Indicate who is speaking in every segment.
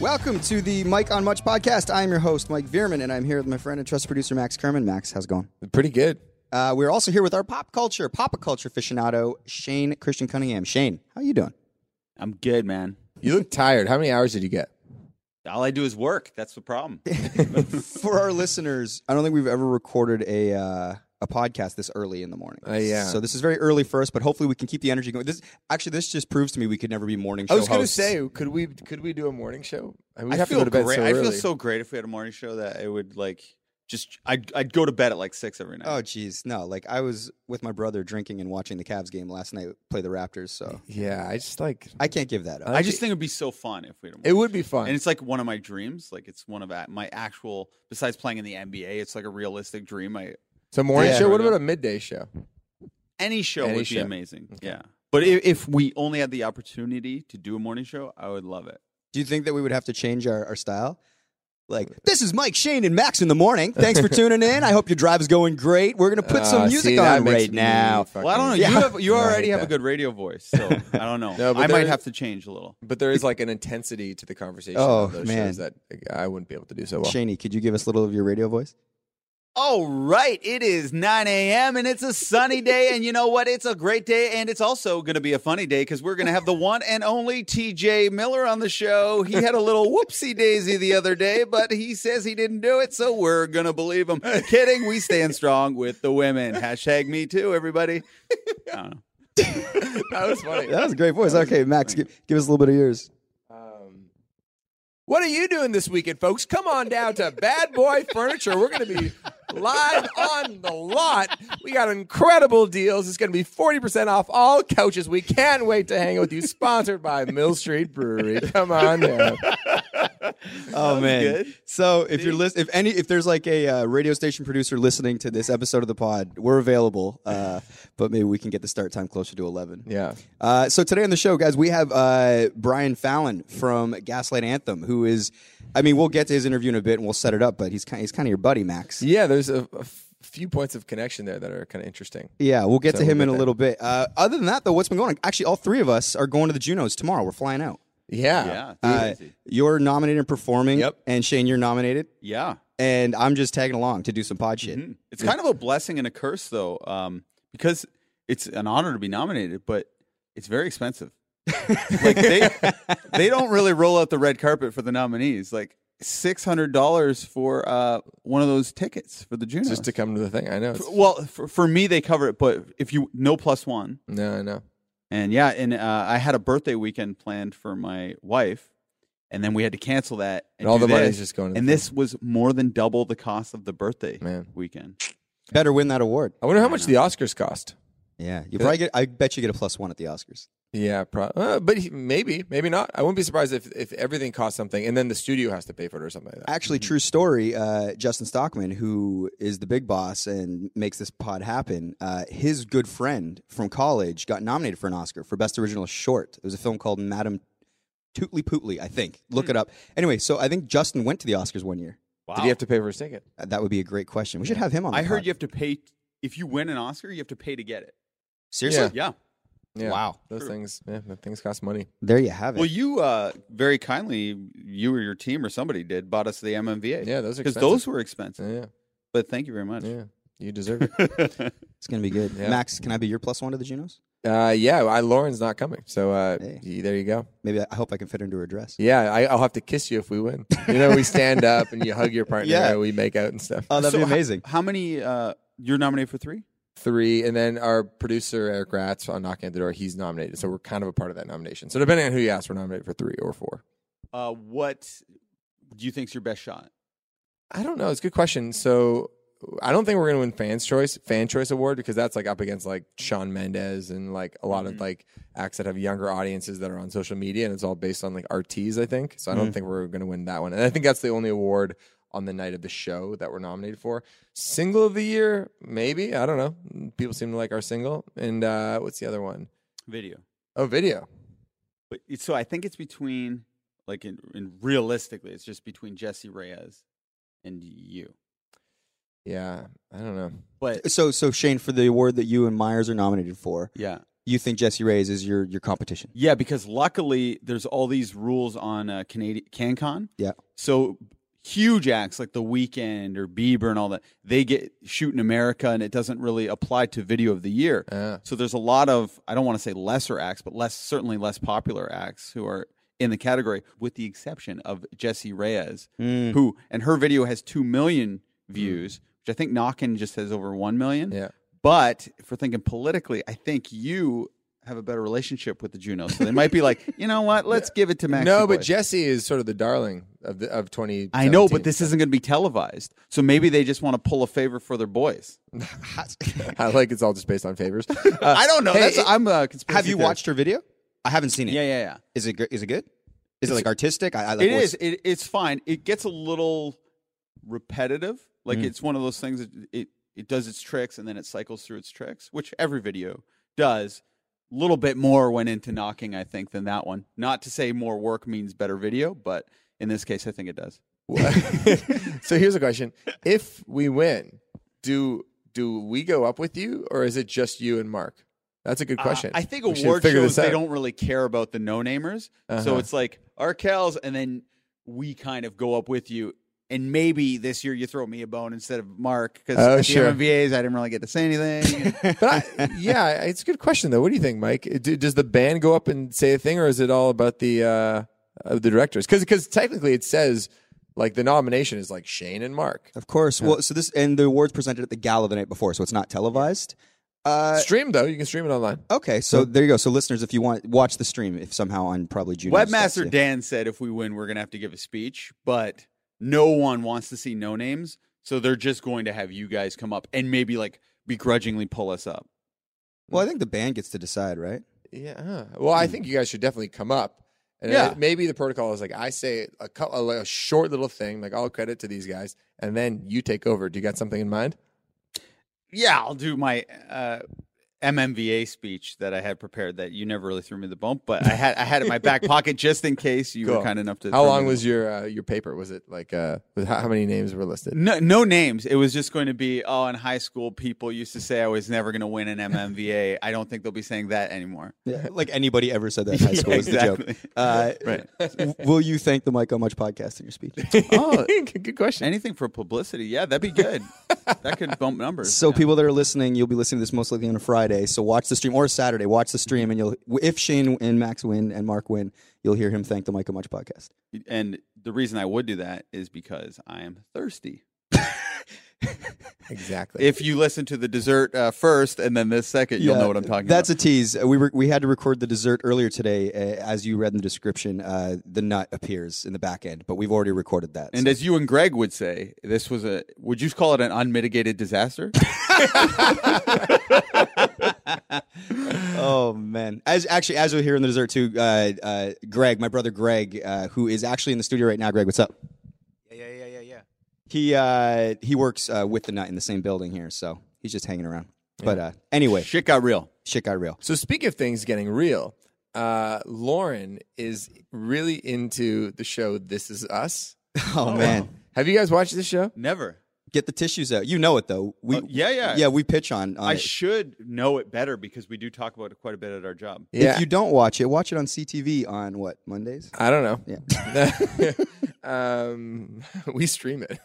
Speaker 1: Welcome to the Mike on Much podcast. I am your host, Mike Vierman, and I'm here with my friend and trusted producer, Max Kerman. Max, how's it going?
Speaker 2: Pretty good.
Speaker 1: Uh, we're also here with our pop culture, pop culture aficionado, Shane Christian Cunningham. Shane, how you doing?
Speaker 3: I'm good, man.
Speaker 2: You look tired. How many hours did you get?
Speaker 3: All I do is work. That's the problem.
Speaker 1: For our listeners, I don't think we've ever recorded a uh, a podcast this early in the morning.
Speaker 2: Uh, yeah.
Speaker 1: So this is very early for us, but hopefully we can keep the energy going. This actually, this just proves to me we could never be morning show
Speaker 2: I was going to
Speaker 1: hosts.
Speaker 2: say, could we could we do a morning show? I mean, we'd
Speaker 3: I
Speaker 2: have to
Speaker 3: feel
Speaker 2: go to bed
Speaker 3: great.
Speaker 2: so
Speaker 3: I
Speaker 2: early.
Speaker 3: feel so great if we had a morning show that it would like just I'd I'd go to bed at like six every night.
Speaker 1: Oh geez, no! Like I was with my brother drinking and watching the Cavs game last night play the Raptors, so
Speaker 2: Yeah, I just like
Speaker 1: I can't give that up.
Speaker 3: I just think it'd be so fun if we had a morning
Speaker 2: it would be
Speaker 3: show.
Speaker 2: fun.
Speaker 3: And it's like one of my dreams. Like it's one of a- my actual besides playing in the NBA, it's like a realistic dream. I
Speaker 2: So morning
Speaker 1: Yeah.
Speaker 2: show. What about a midday show?
Speaker 3: any show
Speaker 2: Any
Speaker 3: would be
Speaker 2: show.
Speaker 3: amazing. Yeah. But if, if we only had the opportunity to do a morning show, I would love it.
Speaker 1: Do you think that we would have to change our, our style?
Speaker 2: Uh,
Speaker 1: Like, this is Mike, Shane, and Max in the morning. Thanks for tuning in. I hope your drive is going great. We're going to put some
Speaker 2: Uh,
Speaker 1: music
Speaker 2: see, that
Speaker 1: on
Speaker 2: makes
Speaker 1: right
Speaker 2: me
Speaker 1: now.
Speaker 2: fucking-
Speaker 3: Well, I don't know. You
Speaker 1: Yeah.
Speaker 3: have you
Speaker 2: No, I
Speaker 3: already
Speaker 2: hate
Speaker 3: have a
Speaker 2: that.
Speaker 3: good radio voice, so I don't know.
Speaker 2: No, but
Speaker 3: I might
Speaker 2: there-
Speaker 3: have to change a little.
Speaker 2: But there is like an intensity to the conversation
Speaker 1: Oh,
Speaker 2: on those
Speaker 1: man.
Speaker 2: shows that I wouldn't be able to do so well.
Speaker 1: Shaney, could you give us a little of your radio voice?
Speaker 3: All right, it is 9 a.m. and it's a sunny day, and you know what? It's a great day, and it's also going to be a funny day because we're going to have the one and only TJ Miller on the show. He had a little whoopsie daisy the other day, but he says he didn't do it, so we're going to believe him. Kidding, we stand strong with the women. Hashtag me too, everybody. I don't know.
Speaker 2: that was funny.
Speaker 1: That was a great voice. Okay, Max, give, give us a little bit of yours.
Speaker 2: Um, what are you doing this weekend, folks? Come on down to Bad Boy Furniture. We're going to be live on the lot. We got incredible deals. It's going to be 40% off all couches. We can't wait to hang out with you. Sponsored by Mill Street Brewery. Come on down.
Speaker 1: Oh man!
Speaker 3: good.
Speaker 1: So if you're list, if any, if there's like a uh, radio station producer listening to this episode of the pod, we're available. Uh, but maybe we can get the start time closer to eleven.
Speaker 2: Yeah.
Speaker 1: Uh, so today on the show, guys, we have uh, Brian Fallon from Gaslight Anthem, who is, I mean, we'll get to his interview in a bit and we'll set it up, but he's kind, he's kind of your buddy, Max.
Speaker 2: Yeah, there's a, a f- few points of connection there that are kind of interesting.
Speaker 1: Yeah, we'll get
Speaker 2: So
Speaker 1: to him in
Speaker 2: we'll get
Speaker 1: a
Speaker 2: that.
Speaker 1: little bit. Uh, other than that, though, what's been going on? Actually, all three of us are going to the Junos tomorrow. We're flying out.
Speaker 2: Yeah.
Speaker 3: Yeah.
Speaker 1: Uh,
Speaker 3: crazy.
Speaker 1: you're nominated and performing,
Speaker 2: Yep.
Speaker 1: and Shane, you're nominated,
Speaker 3: yeah.
Speaker 1: and I'm just tagging along to do some pod shit.
Speaker 3: Mm. It's kind of a blessing and a curse, though, um, because it's an honor to be nominated, but it's very expensive. like they they don't really roll out the red carpet for the nominees. Like six hundred dollars for uh, one of those tickets for the Junos.
Speaker 2: Just to come to the thing. I know. It's,
Speaker 3: well, for, for me, they cover it, but if you no plus one,
Speaker 2: no, I know.
Speaker 3: and yeah, and uh, I had a birthday weekend planned for my wife, and then we had to cancel that.
Speaker 2: And all
Speaker 3: do
Speaker 2: the money's
Speaker 3: this,
Speaker 2: just going to the
Speaker 3: And
Speaker 2: thing.
Speaker 3: this was more than double the cost of the birthday
Speaker 2: Man.
Speaker 3: weekend.
Speaker 2: Mm-hmm.
Speaker 1: Better win that award.
Speaker 2: I wonder how much the Oscars cost.
Speaker 1: Yeah, you probably get. I bet you get a plus one at the Oscars.
Speaker 2: Yeah, pro- uh, but he- maybe, maybe not. I wouldn't be surprised if, if everything costs something, and then the studio has to pay for it or something like that.
Speaker 1: Actually,
Speaker 3: Mm-hmm.
Speaker 1: true story. Uh, Justin Stockman, who is the big boss and makes this pod happen, uh, his good friend from college got nominated for an Oscar for Best Original Short. It was a film called Madam Tootly Pootly, I think. Look
Speaker 3: Hmm.
Speaker 1: it up. Anyway, so I think Justin went to the Oscars one year.
Speaker 3: Wow.
Speaker 2: Did he have to pay for his ticket?
Speaker 1: Uh, That would be a great question. We should have him on. The
Speaker 3: I heard
Speaker 1: pod.
Speaker 3: you have to pay if you win an Oscar, you have to pay to get it.
Speaker 1: seriously.
Speaker 3: Yeah.
Speaker 2: Yeah.
Speaker 1: Wow.
Speaker 2: Those
Speaker 3: True.
Speaker 2: things, yeah, the things cost money.
Speaker 1: There you have it.
Speaker 3: Well, you uh, very kindly, you or your team or somebody did bought us the MMVA.
Speaker 2: Yeah, those are
Speaker 3: because
Speaker 2: expensive.
Speaker 3: those were expensive.
Speaker 2: yeah,
Speaker 3: But thank you very much.
Speaker 2: yeah, you deserve it.
Speaker 1: it's gonna be good.
Speaker 2: Yeah.
Speaker 1: Max, can I be your plus one to the Junos?
Speaker 2: uh, yeah, I, Lauren's not coming, so uh,
Speaker 1: Hey.
Speaker 2: y- there you go.
Speaker 1: Maybe I, I hope I can fit into her dress.
Speaker 2: Yeah, I, I'll have to kiss you if we win. You know, we stand up and you hug your partner.
Speaker 1: Yeah.
Speaker 2: and we make out and stuff.
Speaker 1: Oh, that'd
Speaker 3: So
Speaker 1: be
Speaker 3: ho-
Speaker 1: amazing.
Speaker 3: How, many? Uh, you're nominated for three.
Speaker 2: Three, and then our producer Eric Ratz on Knocking at the Door, he's nominated, so we're kind of a part of that nomination. So depending on who you ask, we're nominated for three or four.
Speaker 3: Uh, what do you think's your best shot?
Speaker 2: I don't know. It's a good question. So I don't think we're gonna win Fans Choice Fan Choice Award because that's like up against like Sean Mendez and like a lot
Speaker 3: Mm-hmm.
Speaker 2: of like acts that have younger audiences that are on social media and it's all based on like RTs. I think so. I
Speaker 3: Mm-hmm.
Speaker 2: don't think we're gonna win that one. And I think that's the only award on the night of the show that we're nominated for. Single of the year, maybe. I don't know. People seem to like our single. And uh, what's the other one?
Speaker 3: Video.
Speaker 2: Oh, video.
Speaker 3: But it's- so I think it's between, like, in, in realistically, it's just between Jesse Reyes and you.
Speaker 2: Yeah, I don't know.
Speaker 3: But
Speaker 1: So, so Shane, for the award that you and Myers are nominated for,
Speaker 3: yeah,
Speaker 1: you think Jesse Reyes is your your competition.
Speaker 3: Yeah, because luckily there's all these rules on uh, Canadian CanCon.
Speaker 1: Yeah.
Speaker 3: So huge acts like The Weekend or Bieber and all that, they get shoot in America, and it doesn't really apply to Video of the Year.
Speaker 2: Ah.
Speaker 3: So there's a lot of I don't want to say lesser acts, but less certainly less popular acts who are in the category, with the exception of Jesse Reyes,
Speaker 1: Hmm. Mm.
Speaker 3: who and her video has two million views, which I think Knockin just has over one million.
Speaker 2: Yeah.
Speaker 3: But if we're thinking politically, I think you have a better relationship with the Junos, so they might be like, you know what, let's give it to Max.
Speaker 2: no, but
Speaker 3: Boy.
Speaker 2: Jesse is sort of the darling of the of twenty.
Speaker 3: I know, but this isn't going to be televised, so maybe they just want to pull a favor for their boys.
Speaker 2: I like it's all just based on favors. Uh,
Speaker 3: I don't know.
Speaker 2: hey,
Speaker 3: That's,
Speaker 2: it-
Speaker 3: I'm a conspiracy.
Speaker 1: Have you
Speaker 3: theorist.
Speaker 1: watched her video? I haven't seen it.
Speaker 3: Yeah, yeah, yeah.
Speaker 1: Is it good? Is it good? Is it like artistic? I, I like
Speaker 3: It
Speaker 1: what's-
Speaker 3: is. It, it's fine. It gets a little repetitive. Like it's one of those things. That it it does its tricks and then it cycles through its tricks, which every video does. A little bit more went into knocking, I think, than that one. Not to say more work means better video, but in this case, I think it does.
Speaker 2: so here's a question: If we win, do do we go up with you, or is it just you and Mark? That's a good question.
Speaker 3: Uh, I think
Speaker 2: We should
Speaker 3: award
Speaker 2: figure this
Speaker 3: shows they
Speaker 2: out. Uh-huh.
Speaker 3: don't really care about the no namers, so it's like Arkells, and then we kind of go up with you. And maybe this year you throw me a bone instead of Mark because
Speaker 2: Oh,
Speaker 3: at
Speaker 2: sure.
Speaker 3: the MVAs I didn't really get to say anything.
Speaker 2: But I, yeah, it's a good question though. What do you think, Mike? Do, does the band go up and say a thing, or is it all about the uh, of the directors? Because technically it says like the nomination is like Shane and Mark.
Speaker 1: Of course. Well, so this and the awards presented at the gala the night before, so it's not televised. Uh,
Speaker 2: Stream though, you can stream it online.
Speaker 1: okay, so there you go. So listeners, if you want, watch the stream. If somehow on probably June.
Speaker 3: Webmaster Dan said if we win, we're going to have to give a speech, but no one wants to see no names. So they're just going to have you guys come up and maybe like begrudgingly pull us up.
Speaker 1: Well, I think the band gets to decide, right?
Speaker 2: Yeah. uh-huh. Well, I think you guys should definitely come up. And
Speaker 3: Yeah.
Speaker 2: I- maybe the protocol is like I say a, cou- a, like, a short little thing, like all credit to these guys, and then you take over. Do you got something in mind?
Speaker 3: Yeah, I'll do my uh, MMVA speech that I had prepared that you never really threw me the bump, but I had I had it in my back pocket just in case you were
Speaker 2: Cool.
Speaker 3: kind enough to. throw
Speaker 2: How
Speaker 3: me
Speaker 2: long
Speaker 3: the
Speaker 2: was your uh, your paper? Was it like uh, was- how, how many names were listed?
Speaker 3: No, no names. It was just going to be, oh, in high school, people used to say I was never going to win an MMVA. I don't think they'll be saying that anymore.
Speaker 1: Yeah. Like anybody ever said that in high school was the
Speaker 3: exactly.
Speaker 1: joke. Uh,
Speaker 3: Right.
Speaker 1: w- will you thank the Mike on Much podcast in your speech?
Speaker 3: Oh,
Speaker 2: good question.
Speaker 3: anything for publicity. Yeah, that'd be good. that could bump numbers.
Speaker 1: So
Speaker 3: yeah.
Speaker 1: people that are listening, you'll be listening to this most likely on a Friday. So watch the stream or Saturday. Watch the stream, and you'll if Shane and Max win and Mark win, you'll hear him thank the Mike on Much podcast.
Speaker 3: and the reason I would do that is because I am thirsty.
Speaker 2: Exactly.
Speaker 3: If you listen to the dessert uh, first and then this second, you'll
Speaker 1: Yeah,
Speaker 3: know what I'm talking
Speaker 1: that's
Speaker 3: about.
Speaker 1: a tease. Uh, We re- we had to record the dessert earlier today, uh, as you read in the description. Uh, the nut appears in the back end, but we've already recorded that.
Speaker 3: and as you and Greg would say, this was a. Would you call it an unmitigated disaster?
Speaker 1: oh man, as actually as we're here in the dessert too, uh, uh, Greg, my brother Greg, uh, who is actually in the studio right now. Greg, what's up?
Speaker 4: Yeah, yeah, yeah, yeah, yeah.
Speaker 1: He uh, he works uh, with the nut in the same building here, so he's just hanging around. But uh, anyway,
Speaker 3: Shit got real.
Speaker 1: shit got real.
Speaker 2: So speak of things getting real. Uh, Lauren is really into the show This Is Us.
Speaker 1: Oh, man,
Speaker 2: Have you guys watched this show?
Speaker 3: Never.
Speaker 1: get the tissues out. You know it though. We
Speaker 3: Uh, yeah, yeah.
Speaker 1: yeah we pitch on. on
Speaker 3: I
Speaker 1: it.
Speaker 3: should know it better because we do talk about it quite a bit at our job.
Speaker 1: If you don't watch it, watch it on CTV on what Mondays.
Speaker 2: I don't know.
Speaker 1: Yeah.
Speaker 2: um, we stream it.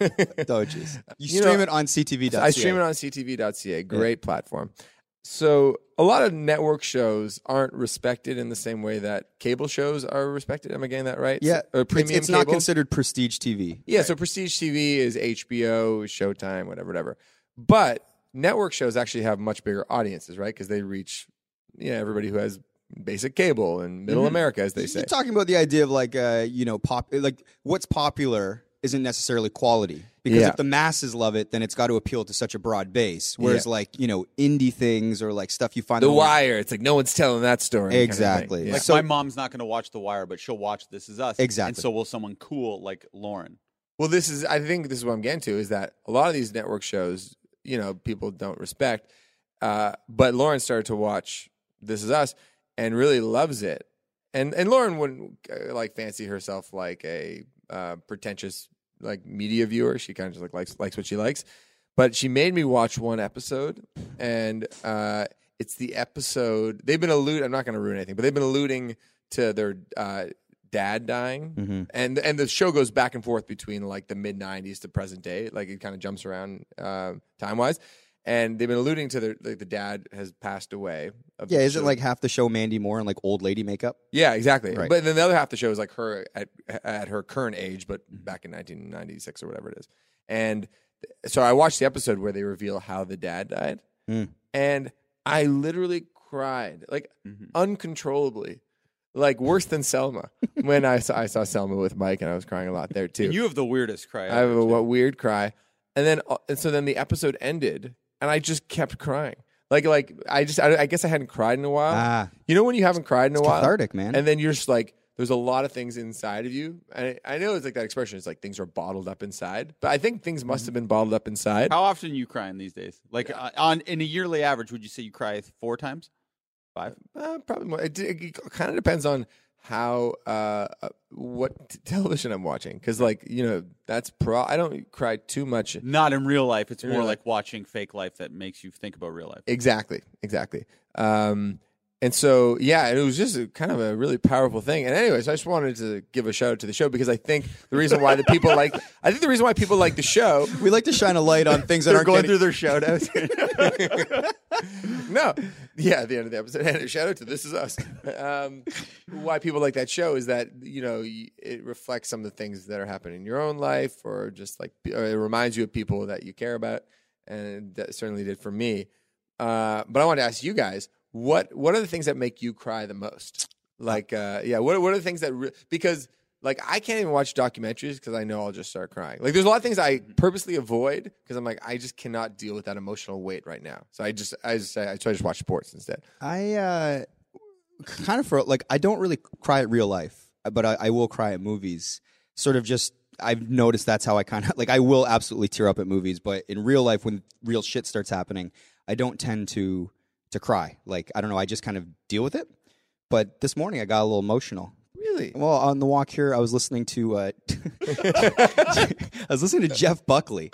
Speaker 1: Oh jeez, you
Speaker 2: You
Speaker 1: stream
Speaker 2: know,
Speaker 1: it on CTV.
Speaker 2: I stream it on ctv.ca. Great platform. So a lot of network shows aren't respected in the same way that cable shows are respected. Am I getting that right?
Speaker 1: Yeah,
Speaker 2: Or
Speaker 1: it's,
Speaker 2: premium
Speaker 1: it's not
Speaker 2: cable?
Speaker 1: considered prestige TV.
Speaker 2: Yeah, so Prestige TV is HBO, Showtime, whatever, whatever. But network shows actually have much bigger audiences, right? Because they reach, yeah, everybody who has basic cable and middle America, as they say.
Speaker 1: You're talking Mm-hmm. about the idea of like, uh, you know, pop, like what's popular isn't necessarily quality because
Speaker 2: Yeah.
Speaker 1: if the masses love it, then it's got to appeal to such a broad base. Whereas
Speaker 2: Yeah.
Speaker 1: like you know indie things or like stuff you find
Speaker 2: the
Speaker 1: on-
Speaker 2: Wire, it's like no one's telling that story. kind of thing.
Speaker 1: Exactly.
Speaker 2: Yeah.
Speaker 1: Like-
Speaker 3: Like
Speaker 1: So-
Speaker 3: my mom's not going to watch The Wire, but she'll watch This Is Us. And
Speaker 1: Exactly.
Speaker 3: so will someone cool like Lauren.
Speaker 2: Well, this is, I think this is what I'm getting to is that a lot of these network shows, you know, people don't respect. Uh, but Lauren started to watch This Is Us and really loves it. And and Lauren wouldn't uh, like fancy herself like a uh, pretentious like media viewer. She kind of just like likes likes what she likes. But she made me watch one episode, and uh, it's the episode they've been alluding. I'm not going to ruin anything, but they've been alluding to their uh, dad dying,
Speaker 1: Mhm.
Speaker 2: and and the show goes back and forth between like the mid '90s to present day. Like it kind of jumps around uh, time wise, and they've been alluding to their like the dad has passed away. Of
Speaker 1: Yeah,
Speaker 2: the
Speaker 1: isn't
Speaker 2: show.
Speaker 1: like half the show Mandy Moore in like old lady makeup?
Speaker 2: yeah, exactly.
Speaker 1: Right.
Speaker 2: But then the other half of the show is like her at at her current age, but
Speaker 1: Mm-hmm.
Speaker 2: back in 1996 or whatever it is. And so I watched the episode where they reveal how the dad died,
Speaker 1: Mm.
Speaker 2: and I literally cried like
Speaker 1: Mm-hmm.
Speaker 3: Mhm.
Speaker 2: uncontrollably, like worse than Selma. when I saw I saw Selma with Mike, and I was crying a lot there too.
Speaker 3: And you have the weirdest cry.
Speaker 2: I have a wa- weird cry, and then uh, and so then the episode ended, and I just kept crying. Like like I just I, I guess I hadn't cried in a while.
Speaker 1: Ah,
Speaker 2: you know when you haven't cried in a
Speaker 1: it's
Speaker 2: while,
Speaker 1: cathartic, man.
Speaker 2: Uh, and then you're just like, there's a lot of things inside of you. And I, I know it's like that expression. It's like things are bottled up inside. But I think things must have been bottled up inside.
Speaker 3: How often are you crying these days? Like uh, on in a yearly average, would you say you cry four times?
Speaker 2: Uh, probably more. It, kind of depends on how uh, uh, what t- television I'm watching. Because like you know, that's pro. I don't cry too much.
Speaker 3: Not in real life. It's
Speaker 2: In
Speaker 3: more
Speaker 2: real
Speaker 3: like watching fake life that makes you think about real life.
Speaker 2: Exactly. Exactly. Um, and so, yeah, it was just a, kind of a really powerful thing. And anyways, I just wanted to give a shout out to the show because I think the reason why the people like, I think the reason why people like the show
Speaker 1: we like to shine a light on things that
Speaker 2: They're
Speaker 1: aren't
Speaker 2: going
Speaker 1: getting-
Speaker 2: through their shout outs. no. Yeah, at the end of the episode. And a shout out to This Is Us. Um, why people like that show is that, you know, y- it reflects some of the things that are happening in your own life or just like, p- or it reminds you of people that you care about. And that certainly did for me. Uh, but I wanted to ask you guys what what are the things that make you cry the most? Like, uh, yeah, what what are the things that re- because like I can't even watch documentaries because I know I'll just start crying. Like, there's a lot of things I
Speaker 1: Mm-hmm.
Speaker 2: purposely avoid because I'm like I just cannot deal with that emotional weight right now. So I just I just I, so I just watch sports instead.
Speaker 1: I uh, kind of for like I don't really cry at real life, but I, I will cry at movies. Sort of just I've noticed that's how I kind of like I will absolutely tear up at movies, but in real life when real shit starts happening, I don't tend to to cry. Like I don't know, I just kind of deal with it. But this morning I got a little emotional.
Speaker 2: Really?
Speaker 1: Well, on the walk here, I was listening to uh, I was listening to Jeff Buckley.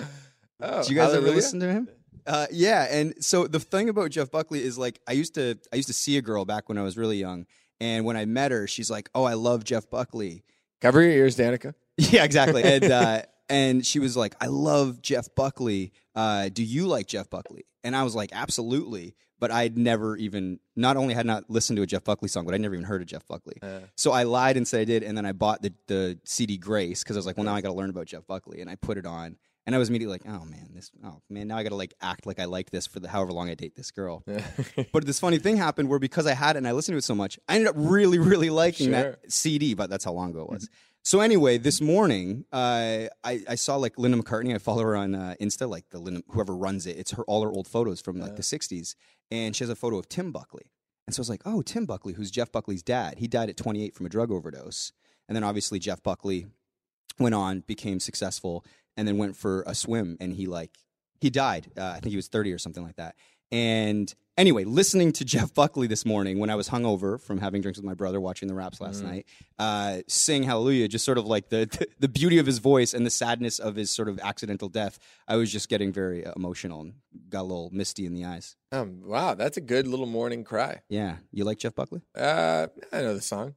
Speaker 2: Oh,
Speaker 1: Do you guys ever
Speaker 2: hallelujah.
Speaker 1: listen to him? Uh, yeah, and so the thing about Jeff Buckley is like I used to I used to see a girl back when I was really young, and when I met her, she's like, "Oh, I love Jeff Buckley."
Speaker 2: Cover your ears, Danica.
Speaker 1: Yeah, exactly. And uh, and she was like, "I love Jeff Buckley. Uh, do you like Jeff Buckley?" And I was like, "Absolutely." But I'd never even not only had not listened to a Jeff Buckley song, but I never even heard of Jeff Buckley.
Speaker 2: Uh,
Speaker 1: So I lied and said I did, and then I bought the, the CD Grace because I was like, well, now I got to learn about Jeff Buckley, and I put it on, and I was immediately like, oh man, this, oh man, now I got to like act like I like this for the however long I date this girl. But this funny thing happened where because I had it and I listened to it so much, I ended up really, really liking
Speaker 2: Sure.
Speaker 1: that CD. But that's how long ago it was. so anyway, this morning, uh, I I saw like Linda McCartney. I follow her on uh, Insta, like the Linda, whoever runs it. It's her all her old photos from like the '60s, and she has a photo of Tim Buckley. And so I was like, oh, Tim Buckley, who's Jeff Buckley's dad. He died at 28 from a drug overdose, and then obviously Jeff Buckley went on, became successful, and then went for a swim, and he like he died. Uh, I think he was 30 or something like that. And anyway, listening to Jeff Buckley this morning when I was hungover from having drinks with my brother, watching the Raps
Speaker 3: Mm-hmm.
Speaker 1: last night, uh, sing Hallelujah, just sort of like the, the beauty of his voice and the sadness of his sort of accidental death. I was just getting very uh, emotional and got a little misty in the eyes.
Speaker 2: um, wow, that's a good little morning cry.
Speaker 1: Yeah, you like Jeff Buckley?
Speaker 2: Uh, I know the song.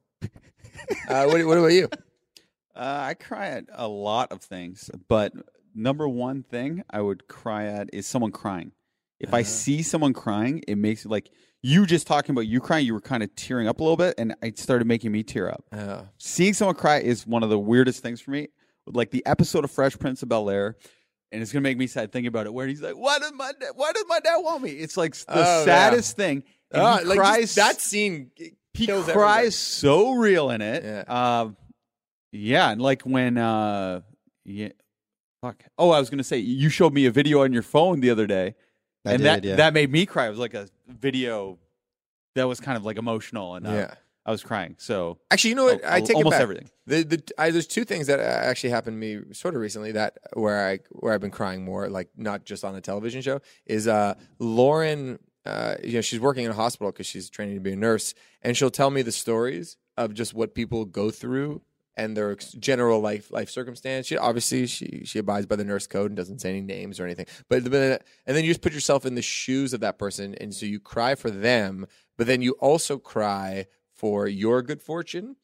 Speaker 2: uh, what, what about you?
Speaker 3: Uh, I cry at a lot of things, but number one thing I would cry at is someone crying. If I
Speaker 2: Uh-huh.
Speaker 3: see someone crying, it makes it like you just talking about you crying, you were kind of tearing up a little bit, and it started making me tear up.
Speaker 2: Oh,
Speaker 3: Seeing someone cry is one of the weirdest things for me. Like the episode of Fresh Prince of Bel Air, and it's gonna make me sad thinking about it. Where he's like, "Why did my dad, Why did my dad want me?" It's like the
Speaker 2: Oh, yeah.
Speaker 3: saddest thing. And
Speaker 2: Ah,
Speaker 3: he
Speaker 2: like
Speaker 3: cries
Speaker 2: just that scene. it
Speaker 3: he
Speaker 2: kills
Speaker 3: cries
Speaker 2: everything.
Speaker 3: so real in it.
Speaker 2: Yeah.
Speaker 3: Uh, yeah, and like when uh yeah fuck. Oh, I was gonna say you showed me a video on your phone the other day. and that that made me cry. It was like a video that was kind of like emotional and uh,
Speaker 2: Yeah.
Speaker 3: I was crying. So
Speaker 2: Actually, you know
Speaker 1: Oh,
Speaker 2: what? I
Speaker 3: al-
Speaker 2: take it
Speaker 3: almost
Speaker 2: back.
Speaker 3: everything.
Speaker 2: The, the, I, there's two things that uh, actually happened to me sort of recently that where I where I've been crying more, like not just on a television show, is uh, Lauren. Uh, you know, she's working in a hospital because she's training to be a nurse, and she'll tell me the stories of just what people go through and their ex- general life life circumstance. She obviously she she abides by the nurse code and doesn't say any names or anything. But, but and then you just put yourself in the shoes of that person, and so you cry for them, but then you also cry for your good fortune,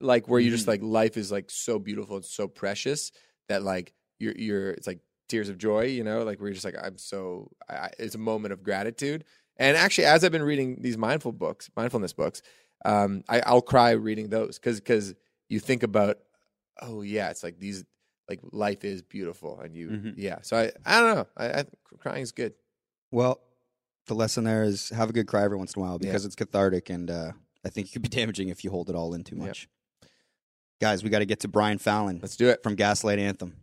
Speaker 2: like where you just like life is like so beautiful and so precious that like you're you're it's like tears of joy, you know, like we're just like I'm so I- I, it's a moment of gratitude. And actually, as I've been reading these mindful books, mindfulness books, um, I, I'll cry reading those because because you think about oh yeah it's like these like life is beautiful and you
Speaker 3: Mhm.
Speaker 2: yeah so i i don't know i, I crying is good
Speaker 1: Well, the lesson there is have a good cry every once in a while
Speaker 2: Yeah.
Speaker 1: because it's cathartic, and uh, I think it could be damaging if you hold it all in too
Speaker 2: Yep.
Speaker 1: much. Guys, we got to get to Brian Fallon
Speaker 2: let's do it
Speaker 1: from Gaslight Anthem.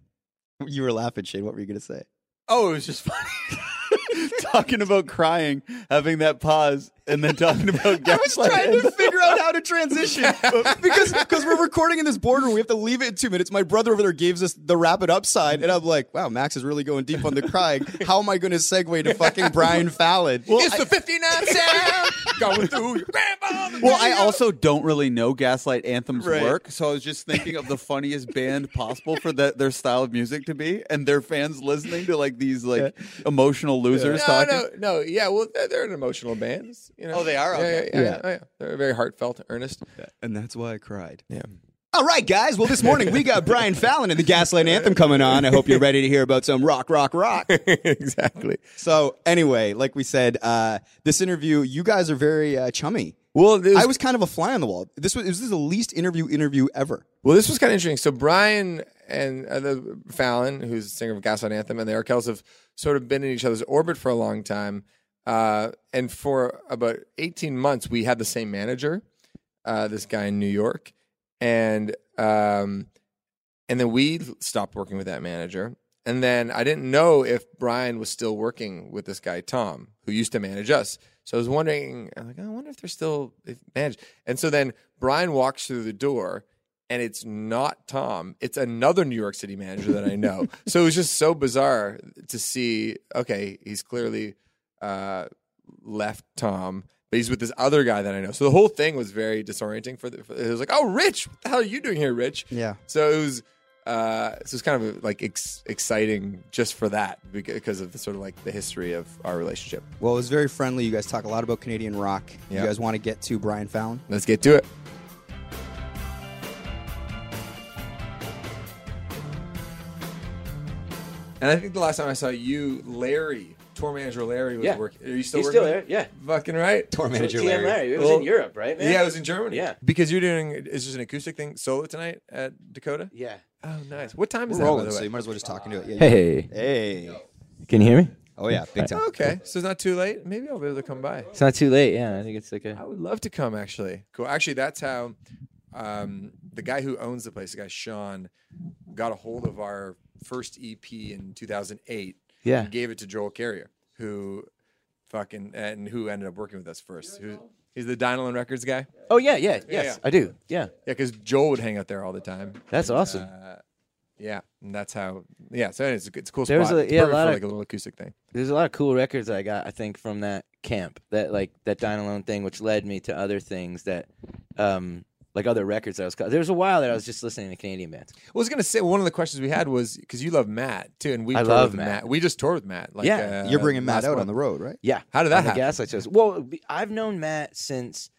Speaker 1: You were laughing, Shane. What were you going to say?
Speaker 3: Oh, it was just funny. talking about crying, having that pause, and then talking about
Speaker 1: I was trying to
Speaker 3: gaslighting.
Speaker 1: figure out how to transition because because we're recording in this border. We have to leave it in two minutes. My brother over there gives us the rapid upside, and I'm like, wow, Max is really going deep on the crying. How am I going to segue to fucking Brian Fallon?
Speaker 2: it's the 59 sound going through your grandma
Speaker 3: Well, I also don't really know Gaslight Anthem's
Speaker 1: Right.
Speaker 3: work, so I was just thinking of the funniest band possible for that their style of music to be, and their fans listening to like these like emotional losers
Speaker 2: no,
Speaker 3: talking.
Speaker 2: no, no, yeah. Well, they're, they're an emotional band. You know?
Speaker 3: Oh, they are?
Speaker 2: Yeah,
Speaker 3: Okay.
Speaker 2: yeah, yeah, yeah, yeah. They're very heartfelt, earnest.
Speaker 1: and that's why I cried.
Speaker 2: Yeah.
Speaker 1: All right, guys. Well, this morning we got Brian Fallon and the Gaslight Anthem coming on. I hope you're ready to hear about some rock, rock, rock.
Speaker 2: exactly.
Speaker 1: So, anyway, like we said, uh, this interview, you guys are very uh, chummy.
Speaker 2: Well, it was,
Speaker 1: I was kind of a fly on the wall. This was, this is the least interview interview ever.
Speaker 2: Well, this was kind of interesting. So Brian and uh, the Fallon, who's the singer of Gaslight Anthem, and the Arkells have sort of been in each other's orbit for a long time. Uh, and for about 18 months, we had the same manager, uh, this guy in New York, and um, and then we stopped working with that manager. And then I didn't know if Brian was still working with this guy Tom, who used to manage us. So I was wondering, I'm like, "Oh, I wonder if they're still if managed. And so then Brian walks through the door, and it's not Tom; it's another New York City manager that I know. so it was just so bizarre to see. Okay, he's clearly uh, left Tom, but he's with this other guy that I know. So the whole thing was very disorienting. For, the, for it was like, oh, Rich, what the hell are you doing here, Rich?
Speaker 1: Yeah.
Speaker 2: So it was. Uh, so it was kind of like ex- exciting just for that because of the sort of like the history of our relationship.
Speaker 1: Well, it was very friendly. You guys talk a lot about Canadian rock.
Speaker 2: Yeah.
Speaker 1: You guys want to get to Brian Fallon?
Speaker 2: Let's get to it. And I think the last time I saw you, Larry, tour manager Larry, was
Speaker 5: Yeah.
Speaker 2: working. Are you still
Speaker 5: He's
Speaker 2: working?
Speaker 5: still there, yeah.
Speaker 2: Fucking right.
Speaker 1: Tour manager
Speaker 5: TM Larry. It was
Speaker 2: Well,
Speaker 5: in Europe, right, man?
Speaker 2: Yeah, it was in Germany.
Speaker 5: Yeah.
Speaker 2: because you're doing it's just an acoustic thing solo tonight at Dakota.
Speaker 5: Yeah.
Speaker 2: Oh, nice. What time is
Speaker 1: We're
Speaker 2: that?
Speaker 1: rolling,
Speaker 2: by the
Speaker 1: so
Speaker 2: way?
Speaker 1: you might as well just talk into it. Yeah,
Speaker 6: Hey,
Speaker 1: Hey.
Speaker 6: can you hear me?
Speaker 1: Oh yeah, big time.
Speaker 2: okay, so it's not too late. Maybe I'll be able to come by.
Speaker 6: It's not too late. Yeah, I think it's like
Speaker 2: I
Speaker 6: a.
Speaker 2: would love to come actually. Cool. Actually, that's how um, the guy who owns the place, the guy Sean, got a hold of our first EP in 2008
Speaker 6: Yeah.
Speaker 2: and gave it to Joel Carrier, who fucking and who ended up working with us first. Who he's the Dynalin Records guy. Yeah,
Speaker 6: Oh yeah, yeah,
Speaker 2: yeah.
Speaker 6: yes, I do. Yeah,
Speaker 2: because Joel would hang out there all the time.
Speaker 6: that's awesome.
Speaker 2: Uh, yeah, and that's how. Yeah, so it's a, it's a cool
Speaker 6: There was
Speaker 2: spot.
Speaker 6: a-
Speaker 2: It's
Speaker 6: yeah, a
Speaker 2: perfect
Speaker 6: lot
Speaker 2: for
Speaker 6: of-
Speaker 2: like a little acoustic thing.
Speaker 6: There's a lot of cool records I got. I think from that camp, that like that Dine Alone thing, which led me to other things that, um, like other records I was. There was a while that I was just listening to Canadian bands.
Speaker 2: I was gonna say one of the questions we had was because you love Matt too, and we
Speaker 6: I
Speaker 2: toured
Speaker 6: love
Speaker 2: with
Speaker 6: Matt.
Speaker 2: We just toured with Matt. Like,
Speaker 6: Yeah.
Speaker 2: uh,
Speaker 1: You're bringing Matt
Speaker 2: last
Speaker 1: out
Speaker 2: month.
Speaker 1: on the road, right?
Speaker 6: Yeah.
Speaker 2: How did that
Speaker 6: on the
Speaker 2: happen?
Speaker 6: Gaslight shows. Well, be- I've known Matt since,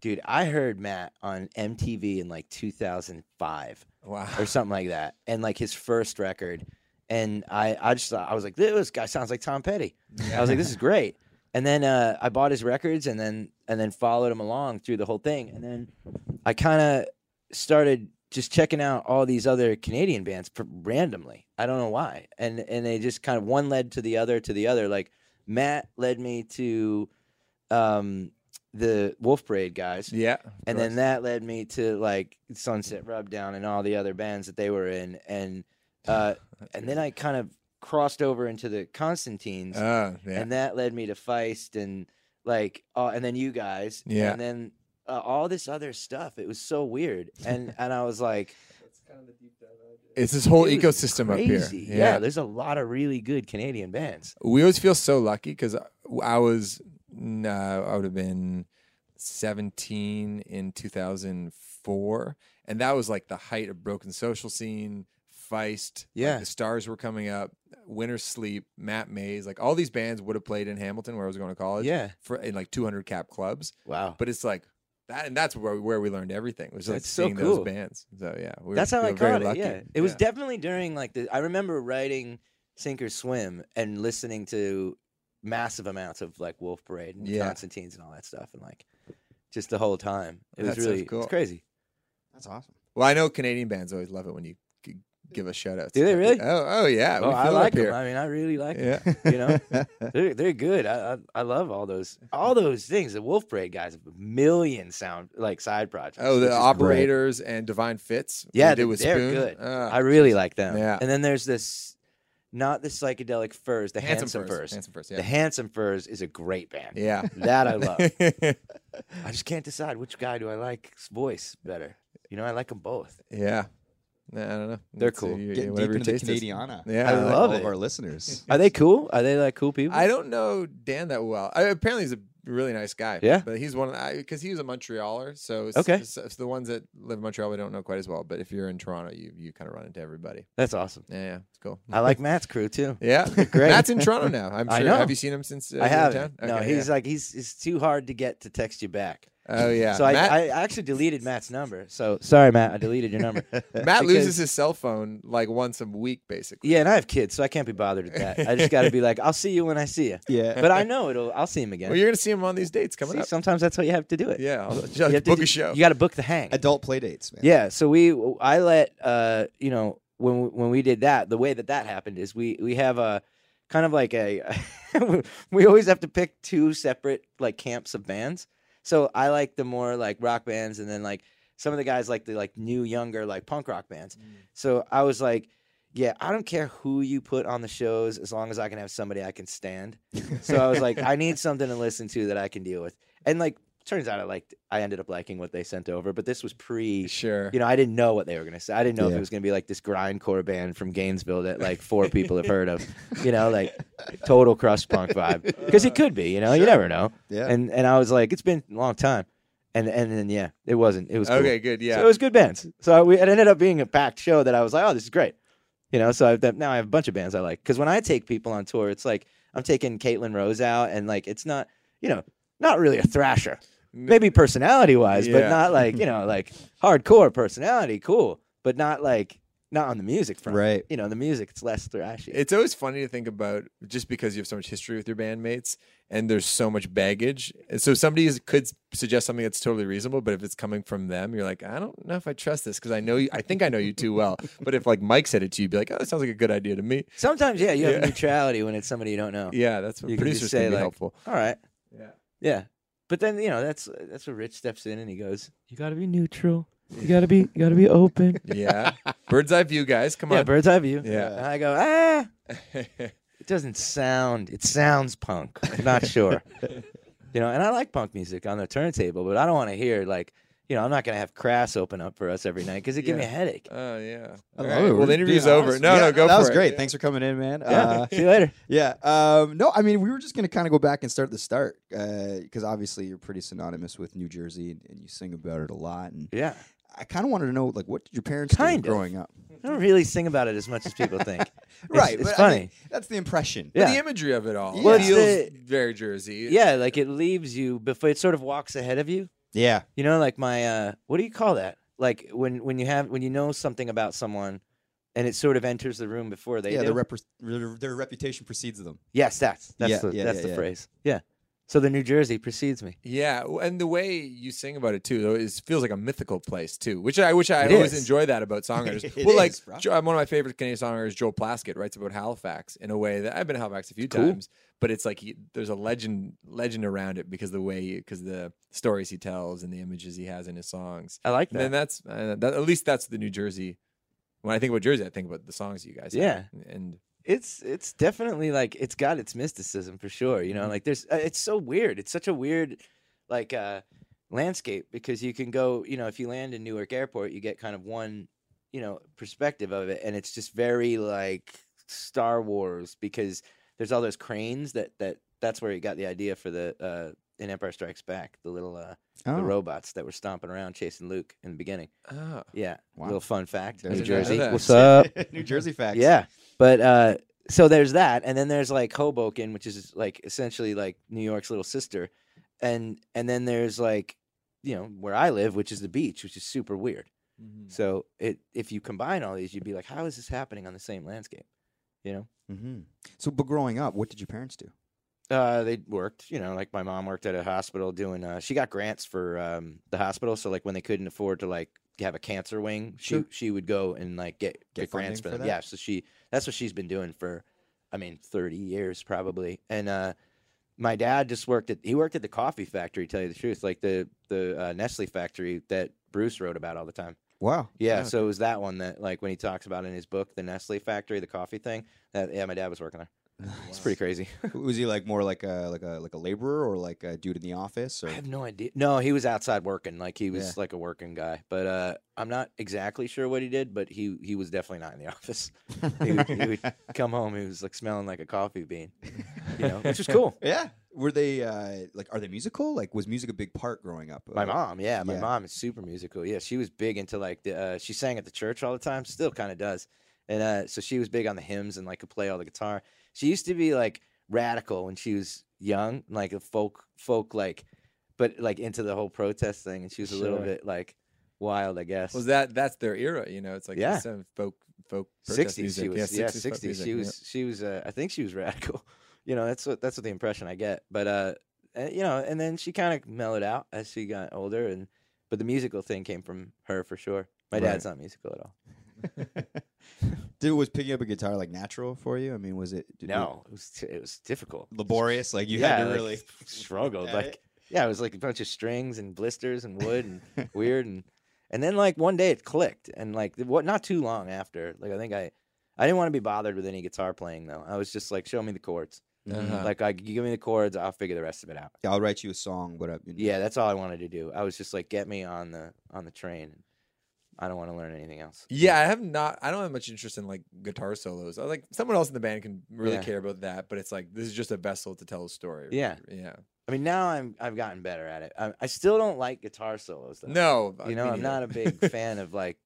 Speaker 6: dude. I heard Matt on MTV in like 2005.
Speaker 2: Wow.
Speaker 6: or something like that, and like his first record. And I, I just thought I was like, this guy sounds like Tom Petty. I was like, this is great. And then uh, I bought his records, and then and then followed him along through the whole thing. And then I kind of started just checking out all these other Canadian bands pr- randomly. I don't know why, and and they just kind of one led to the other to the other. Like Matt led me to um, the Wolf Parade guys,
Speaker 2: Yeah. of
Speaker 6: and then
Speaker 2: course.
Speaker 6: that led me to like Sunset Rubdown and all the other bands that they were in, and uh, and then I kind of crossed over into the Constantines,
Speaker 2: Oh, yeah.
Speaker 6: and that led me to Feist and like, uh, and then you guys,
Speaker 2: Yeah.
Speaker 6: and then uh, all this other stuff. It was so weird, and and I was like,
Speaker 2: it's this whole
Speaker 6: it was
Speaker 2: ecosystem up
Speaker 6: crazy.
Speaker 2: here.
Speaker 6: Yeah. there's a lot of really good Canadian bands.
Speaker 2: We always feel so lucky because I was, no, I would have been 17 in 2004. and that was like the height of broken social scene, Feist. like,
Speaker 1: Yeah.
Speaker 2: the stars were coming up. Winter Sleep, Matt Mays, like all these bands would have played in Hamilton where I was going to college.
Speaker 6: Yeah.
Speaker 2: for in like 200 cap clubs.
Speaker 6: Wow.
Speaker 2: But it's like that, and that's where, where we learned everything. Was like
Speaker 6: That's so
Speaker 2: seeing
Speaker 6: cool.
Speaker 2: those bands. So yeah, we were-
Speaker 6: That's how
Speaker 2: we
Speaker 6: I
Speaker 2: were very
Speaker 6: caught it.
Speaker 2: lucky.
Speaker 6: Yeah, it was definitely during like the. I remember writing "Sink or Swim" and listening to massive amounts of like Wolf Parade and
Speaker 2: Yeah.
Speaker 6: Constantine's and all that stuff, and like just the whole time. It was
Speaker 2: That stuff's
Speaker 6: really
Speaker 2: cool.
Speaker 6: it's crazy.
Speaker 1: That's awesome.
Speaker 2: Well, I know Canadian bands always love it when you g- give a shout out.
Speaker 6: Do they really?
Speaker 2: Oh, oh yeah.
Speaker 6: Oh,
Speaker 2: we
Speaker 6: I
Speaker 2: feel up
Speaker 6: like
Speaker 2: here.
Speaker 6: them. I mean, I really like them.
Speaker 2: Yeah.
Speaker 6: You know, they're they're good. I, I I love all those all those things. The Wolf Parade guys, have a million sound like side projects.
Speaker 2: Oh,
Speaker 6: which
Speaker 2: the
Speaker 6: is great.
Speaker 2: operators and Divine Fits. we
Speaker 6: Yeah,
Speaker 2: did
Speaker 6: they-
Speaker 2: with
Speaker 6: they're
Speaker 2: Spoon.
Speaker 6: good.
Speaker 2: Ah,
Speaker 6: I really like them.
Speaker 2: Yeah.
Speaker 6: and then there's this, not the psychedelic furs, the handsome, furs.
Speaker 2: Handsome First.
Speaker 6: The
Speaker 2: Yeah.
Speaker 6: Handsome Furs is a great band.
Speaker 2: yeah.
Speaker 6: That I love. I just can't decide which guy do I like's voice better. You know, I like them both.
Speaker 2: yeah. Nah, I don't know.
Speaker 6: They're
Speaker 2: It's, uh,
Speaker 6: cool.
Speaker 2: you-
Speaker 1: Getting
Speaker 2: whatever
Speaker 1: deep
Speaker 2: your
Speaker 1: into
Speaker 2: taste is.
Speaker 1: Canadiana.
Speaker 2: Yeah,
Speaker 6: I
Speaker 1: Like
Speaker 6: love
Speaker 1: all of
Speaker 6: it.
Speaker 1: our listeners.
Speaker 6: Are they cool? Are they like cool people?
Speaker 2: I don't know Dan that well. I, apparently, he's a really nice guy.
Speaker 6: Yeah?
Speaker 2: but he's one because he was a Montrealer. So s-
Speaker 6: Okay.
Speaker 2: s- s- the ones that live in Montreal, we don't know quite as well. But if you're in Toronto, you you kind of run into everybody.
Speaker 6: That's awesome.
Speaker 2: Yeah, yeah it's cool.
Speaker 6: I like Matt's crew too.
Speaker 2: Yeah,
Speaker 6: great.
Speaker 2: That's in Toronto now. I'm sure.
Speaker 6: I know.
Speaker 2: Have you seen him since? Uh,
Speaker 6: I
Speaker 2: you were in
Speaker 6: have
Speaker 2: town?
Speaker 6: no.
Speaker 2: Okay,
Speaker 6: He's
Speaker 2: yeah.
Speaker 6: like he's it's too hard to get to text you back.
Speaker 2: oh yeah.
Speaker 6: So
Speaker 2: Matt-
Speaker 6: I, I actually deleted Matt's number. So sorry, Matt. I deleted your number.
Speaker 2: Matt loses
Speaker 6: because-
Speaker 2: his cell phone like once a week, basically.
Speaker 6: yeah, and I have kids, so I can't be bothered with that. I just got to be like, I'll see you when I see you.
Speaker 1: Yeah.
Speaker 6: But I know it'll. I'll see him again.
Speaker 2: Well, you're gonna see him on these dates coming
Speaker 6: see,
Speaker 2: up.
Speaker 6: sometimes that's how you have to do it.
Speaker 2: Yeah, I'll- I'll
Speaker 6: You have to
Speaker 2: book
Speaker 6: do-
Speaker 2: a show.
Speaker 6: You got to book the hang.
Speaker 1: Adult play dates, man.
Speaker 6: Yeah, so we I let uh you know when when we did that, the way that that happened is we we have a kind of like a we always have to pick two separate like camps of bands. So I like the more like rock bands and then like some of the guys like the like new younger like punk rock bands. So I was like yeah, I don't care who you put on the shows as long as I can have somebody I can stand. So I was like, I need something to listen to that I can deal with. And like, turns out I liked. I ended up liking what they sent over, but this was pre
Speaker 2: Sure.
Speaker 6: you know, I didn't know what they were gonna say. I didn't know if
Speaker 1: Yeah.
Speaker 6: it was gonna be like this grindcore band from Gainesville that like four people have heard of. You know, like total crust punk vibe. Because it could be. You know, you never know.
Speaker 1: Yeah.
Speaker 6: And and I was like, it's been a long time. And and then yeah, it wasn't. It was cool.
Speaker 2: okay. Good. Yeah.
Speaker 6: So it was good bands. So I, we, it ended up being a packed show that I was like, oh, this is great. You know, so I've, that- now I have a bunch of bands I like. Because when I take people on tour, it's like I'm taking Caitlin Rose out, and like it's not, you know, not really a thrasher. Maybe personality wise, but
Speaker 2: Yeah.
Speaker 6: not like you know, like hardcore personality. Cool, but not like not on the music front.
Speaker 1: Right.
Speaker 6: You know, the music it's less thrashy.
Speaker 2: It's always funny to think about just because you have so much history with your bandmates and there's so much baggage. And so somebody is, could s- suggest something that's totally reasonable, but if it's coming from them, you're like, I don't know if I trust this because I know you, I think I know you too well. but if like Mike said it to you, you'd be like, oh, that sounds like a good idea to me.
Speaker 6: Sometimes, yeah, you have
Speaker 2: Yeah.
Speaker 6: neutrality when it's somebody you don't know.
Speaker 2: Yeah, that's what
Speaker 6: You can just
Speaker 2: producers
Speaker 6: say,
Speaker 2: can, be
Speaker 6: like,
Speaker 2: helpful.
Speaker 6: All right.
Speaker 2: Yeah.
Speaker 6: Yeah. But then you know that's that's where Rich steps in and he goes, "You got to be neutral. You got to be you got to be open."
Speaker 2: Yeah. Bird's eye view, guys. Come
Speaker 6: yeah,
Speaker 2: on.
Speaker 6: bird's eye view.
Speaker 2: Yeah.
Speaker 6: And I go, "Ah, it doesn't sound. It sounds punk. I'm not sure." you know, and I like punk music on the turntable, but I don't want to hear like, you know, I'm not going to have Crass open up for us every night cuz it give me a headache.
Speaker 1: Uh,
Speaker 2: Oh, yeah.
Speaker 1: I
Speaker 2: All
Speaker 1: love it.
Speaker 2: right. Well, the
Speaker 1: We're
Speaker 2: interview's
Speaker 1: being
Speaker 2: over.
Speaker 1: honest.
Speaker 2: No,
Speaker 1: Yeah,
Speaker 2: no, go
Speaker 1: That
Speaker 2: for
Speaker 1: was
Speaker 2: it.
Speaker 1: great.
Speaker 2: Yeah.
Speaker 1: Thanks for coming in, man.
Speaker 6: Yeah.
Speaker 1: Uh,
Speaker 6: See you later.
Speaker 1: Yeah. Um, no, I mean, we were just going to kind of go back and start at the start because obviously you're pretty synonymous with New Jersey and, and you sing about it a lot. And
Speaker 6: Yeah.
Speaker 1: I kind of wanted to know, like, what did your parents
Speaker 6: Kind
Speaker 1: do
Speaker 6: of.
Speaker 1: growing up?
Speaker 6: I don't really sing about it as much as people think. It's-
Speaker 1: right.
Speaker 6: It's
Speaker 1: but I
Speaker 6: funny.
Speaker 1: mean, that's the impression.
Speaker 2: But
Speaker 6: Yeah.
Speaker 2: the imagery of it all
Speaker 1: Well, it's
Speaker 2: feels
Speaker 6: the-
Speaker 2: very Jersey.
Speaker 6: yeah, like it leaves you before it sort of walks ahead of you.
Speaker 1: Yeah.
Speaker 6: You know, like my uh what do you call that? Like when when you have when you know something about someone and it sort of enters the room before they
Speaker 1: yeah.
Speaker 6: do.
Speaker 1: Their, repre- their, their reputation precedes them.
Speaker 6: yes, that's that's
Speaker 1: Yeah,
Speaker 6: the
Speaker 1: yeah,
Speaker 6: that's
Speaker 1: yeah,
Speaker 6: the
Speaker 1: yeah.
Speaker 6: phrase. Yeah. So the New Jersey precedes me.
Speaker 2: Yeah, w- and the way you sing about it too, though, is feels like a mythical place too, which I which I
Speaker 6: It
Speaker 2: always
Speaker 6: is.
Speaker 2: enjoy that about songwriters.
Speaker 1: It
Speaker 2: well,
Speaker 1: is, bro.
Speaker 2: like jo- uh, one of my favorite Canadian songwriters, Joel Plaskett, writes about Halifax in a way that I've been to Halifax a few
Speaker 6: cool.
Speaker 2: times, but it's like he, there's a legend legend around it because the way because the stories he tells and the images he has in his songs,
Speaker 6: I like
Speaker 2: and then
Speaker 6: that.
Speaker 2: that's uh, that, at least that's the New Jersey. When I think about Jersey, I think about the songs you guys. have.
Speaker 6: Yeah.
Speaker 2: and
Speaker 6: It's it's definitely like it's got its mysticism for sure, you know?
Speaker 1: Mm-hmm.
Speaker 6: Like there's uh, it's so weird. It's such a weird like uh landscape because you can go, you know, if you land in Newark Airport, you get kind of one, you know, perspective of it and it's just very like Star Wars because there's all those cranes that that that's where he got the idea for the uh in Empire Strikes Back, the little uh,
Speaker 1: Oh.
Speaker 6: the robots that were stomping around chasing Luke in the beginning.
Speaker 2: Oh.
Speaker 6: Yeah,
Speaker 1: Wow.
Speaker 6: little fun fact.
Speaker 1: There's
Speaker 6: New
Speaker 1: a-
Speaker 6: Jersey,
Speaker 2: there's a-
Speaker 6: what's up?
Speaker 1: New Jersey facts.
Speaker 6: Yeah, but uh, so there's that, and then there's like Hoboken, which is like essentially like New York's little sister, and and then there's like you know where I live, which is the beach, which is super weird.
Speaker 2: Hmm.
Speaker 6: So it if you combine all these, you'd be like, how is this happening on the same landscape? You know,
Speaker 1: hmm So, but growing up, what did your parents do?
Speaker 6: uh, they worked. You know, like my mom worked at a hospital doing. Uh, she got grants for um, the hospital, so like when they couldn't afford to like have a cancer wing, she
Speaker 1: Sure.
Speaker 6: she would go and like get
Speaker 1: Get
Speaker 6: get, grants
Speaker 1: funding
Speaker 6: for
Speaker 1: for
Speaker 6: them.
Speaker 1: that?
Speaker 6: Yeah, so she that's what she's been doing for, I mean, thirty years probably. And uh, my dad just worked at he worked at the coffee factory. Tell you the truth, like the the uh, Nestle factory that Bruce wrote about all the time.
Speaker 1: Wow.
Speaker 6: Yeah,
Speaker 2: Yeah.
Speaker 6: so it was that one that like when he talks about in his book the Nestle factory, the coffee thing. That yeah, my dad was working there. It's pretty crazy.
Speaker 1: Was he like more like a like a like a laborer or like a dude in the office? Or
Speaker 6: I have no idea. No, he was outside working. Like he was
Speaker 1: Yeah.
Speaker 6: like a working guy. But uh I'm not exactly sure what he did, but he he was definitely not in the office. He would, he would come home, he was like smelling like a coffee bean. You know, which was cool.
Speaker 1: yeah. Were they uh, like? Are they musical? Like, was music a big part growing up?
Speaker 6: My
Speaker 1: Uh,
Speaker 6: mom, yeah, my
Speaker 1: Yeah.
Speaker 6: mom is super musical. Yeah, she was big into like the uh, she sang at the church all the time, still kind of does. And uh, so she was big on the hymns and like could play all the guitar. She used to be like radical when she was young, like a folk folk like, but like into the whole protest thing. And she was a little
Speaker 2: Sure.
Speaker 6: bit like wild, I guess.
Speaker 2: Was that that's their era? You know, it's like
Speaker 6: Yeah.
Speaker 2: some folk folk protest
Speaker 6: sixties? She
Speaker 2: music.
Speaker 6: was yeah,
Speaker 2: folk
Speaker 6: sixties. She
Speaker 2: music,
Speaker 6: was she was. Uh, I think she was radical. You know, that's what that's what the impression I get. But uh, uh, you know, and then she kind of mellowed out as she got older, and but the musical thing came from her for sure. My
Speaker 1: Right.
Speaker 6: dad's not musical at all.
Speaker 1: Did was picking up a guitar like natural for you? I mean, was it did-
Speaker 6: No, it was it was difficult.
Speaker 1: laborious? Like you had to
Speaker 6: like,
Speaker 1: really.
Speaker 6: struggled.
Speaker 1: at
Speaker 6: Like
Speaker 1: it.
Speaker 6: yeah, it was like a bunch of strings and blisters and wood and weird and and then like one day it clicked and like th- what not too long after like I think I I didn't want to be bothered with any guitar playing though. I was just like show me the chords. Mm-hmm.
Speaker 2: Uh-huh.
Speaker 6: Like I you give me the chords, I'll figure the rest of it out.
Speaker 1: I'll write you a song. What up?
Speaker 6: Yeah, that's all I wanted to do. I was just like get me on the on the train. I don't want to learn anything else.
Speaker 2: Yeah, I have not. I don't have much interest in like guitar solos. I like someone else in the band can really
Speaker 6: Yeah.
Speaker 2: care about that, but it's like this is just a vessel to tell a story.
Speaker 6: Yeah.
Speaker 2: yeah.
Speaker 6: I mean now I'm I've gotten better at it. I, I still don't like guitar solos though.
Speaker 2: No,
Speaker 1: uh,
Speaker 6: you know, I'm not a big fan of like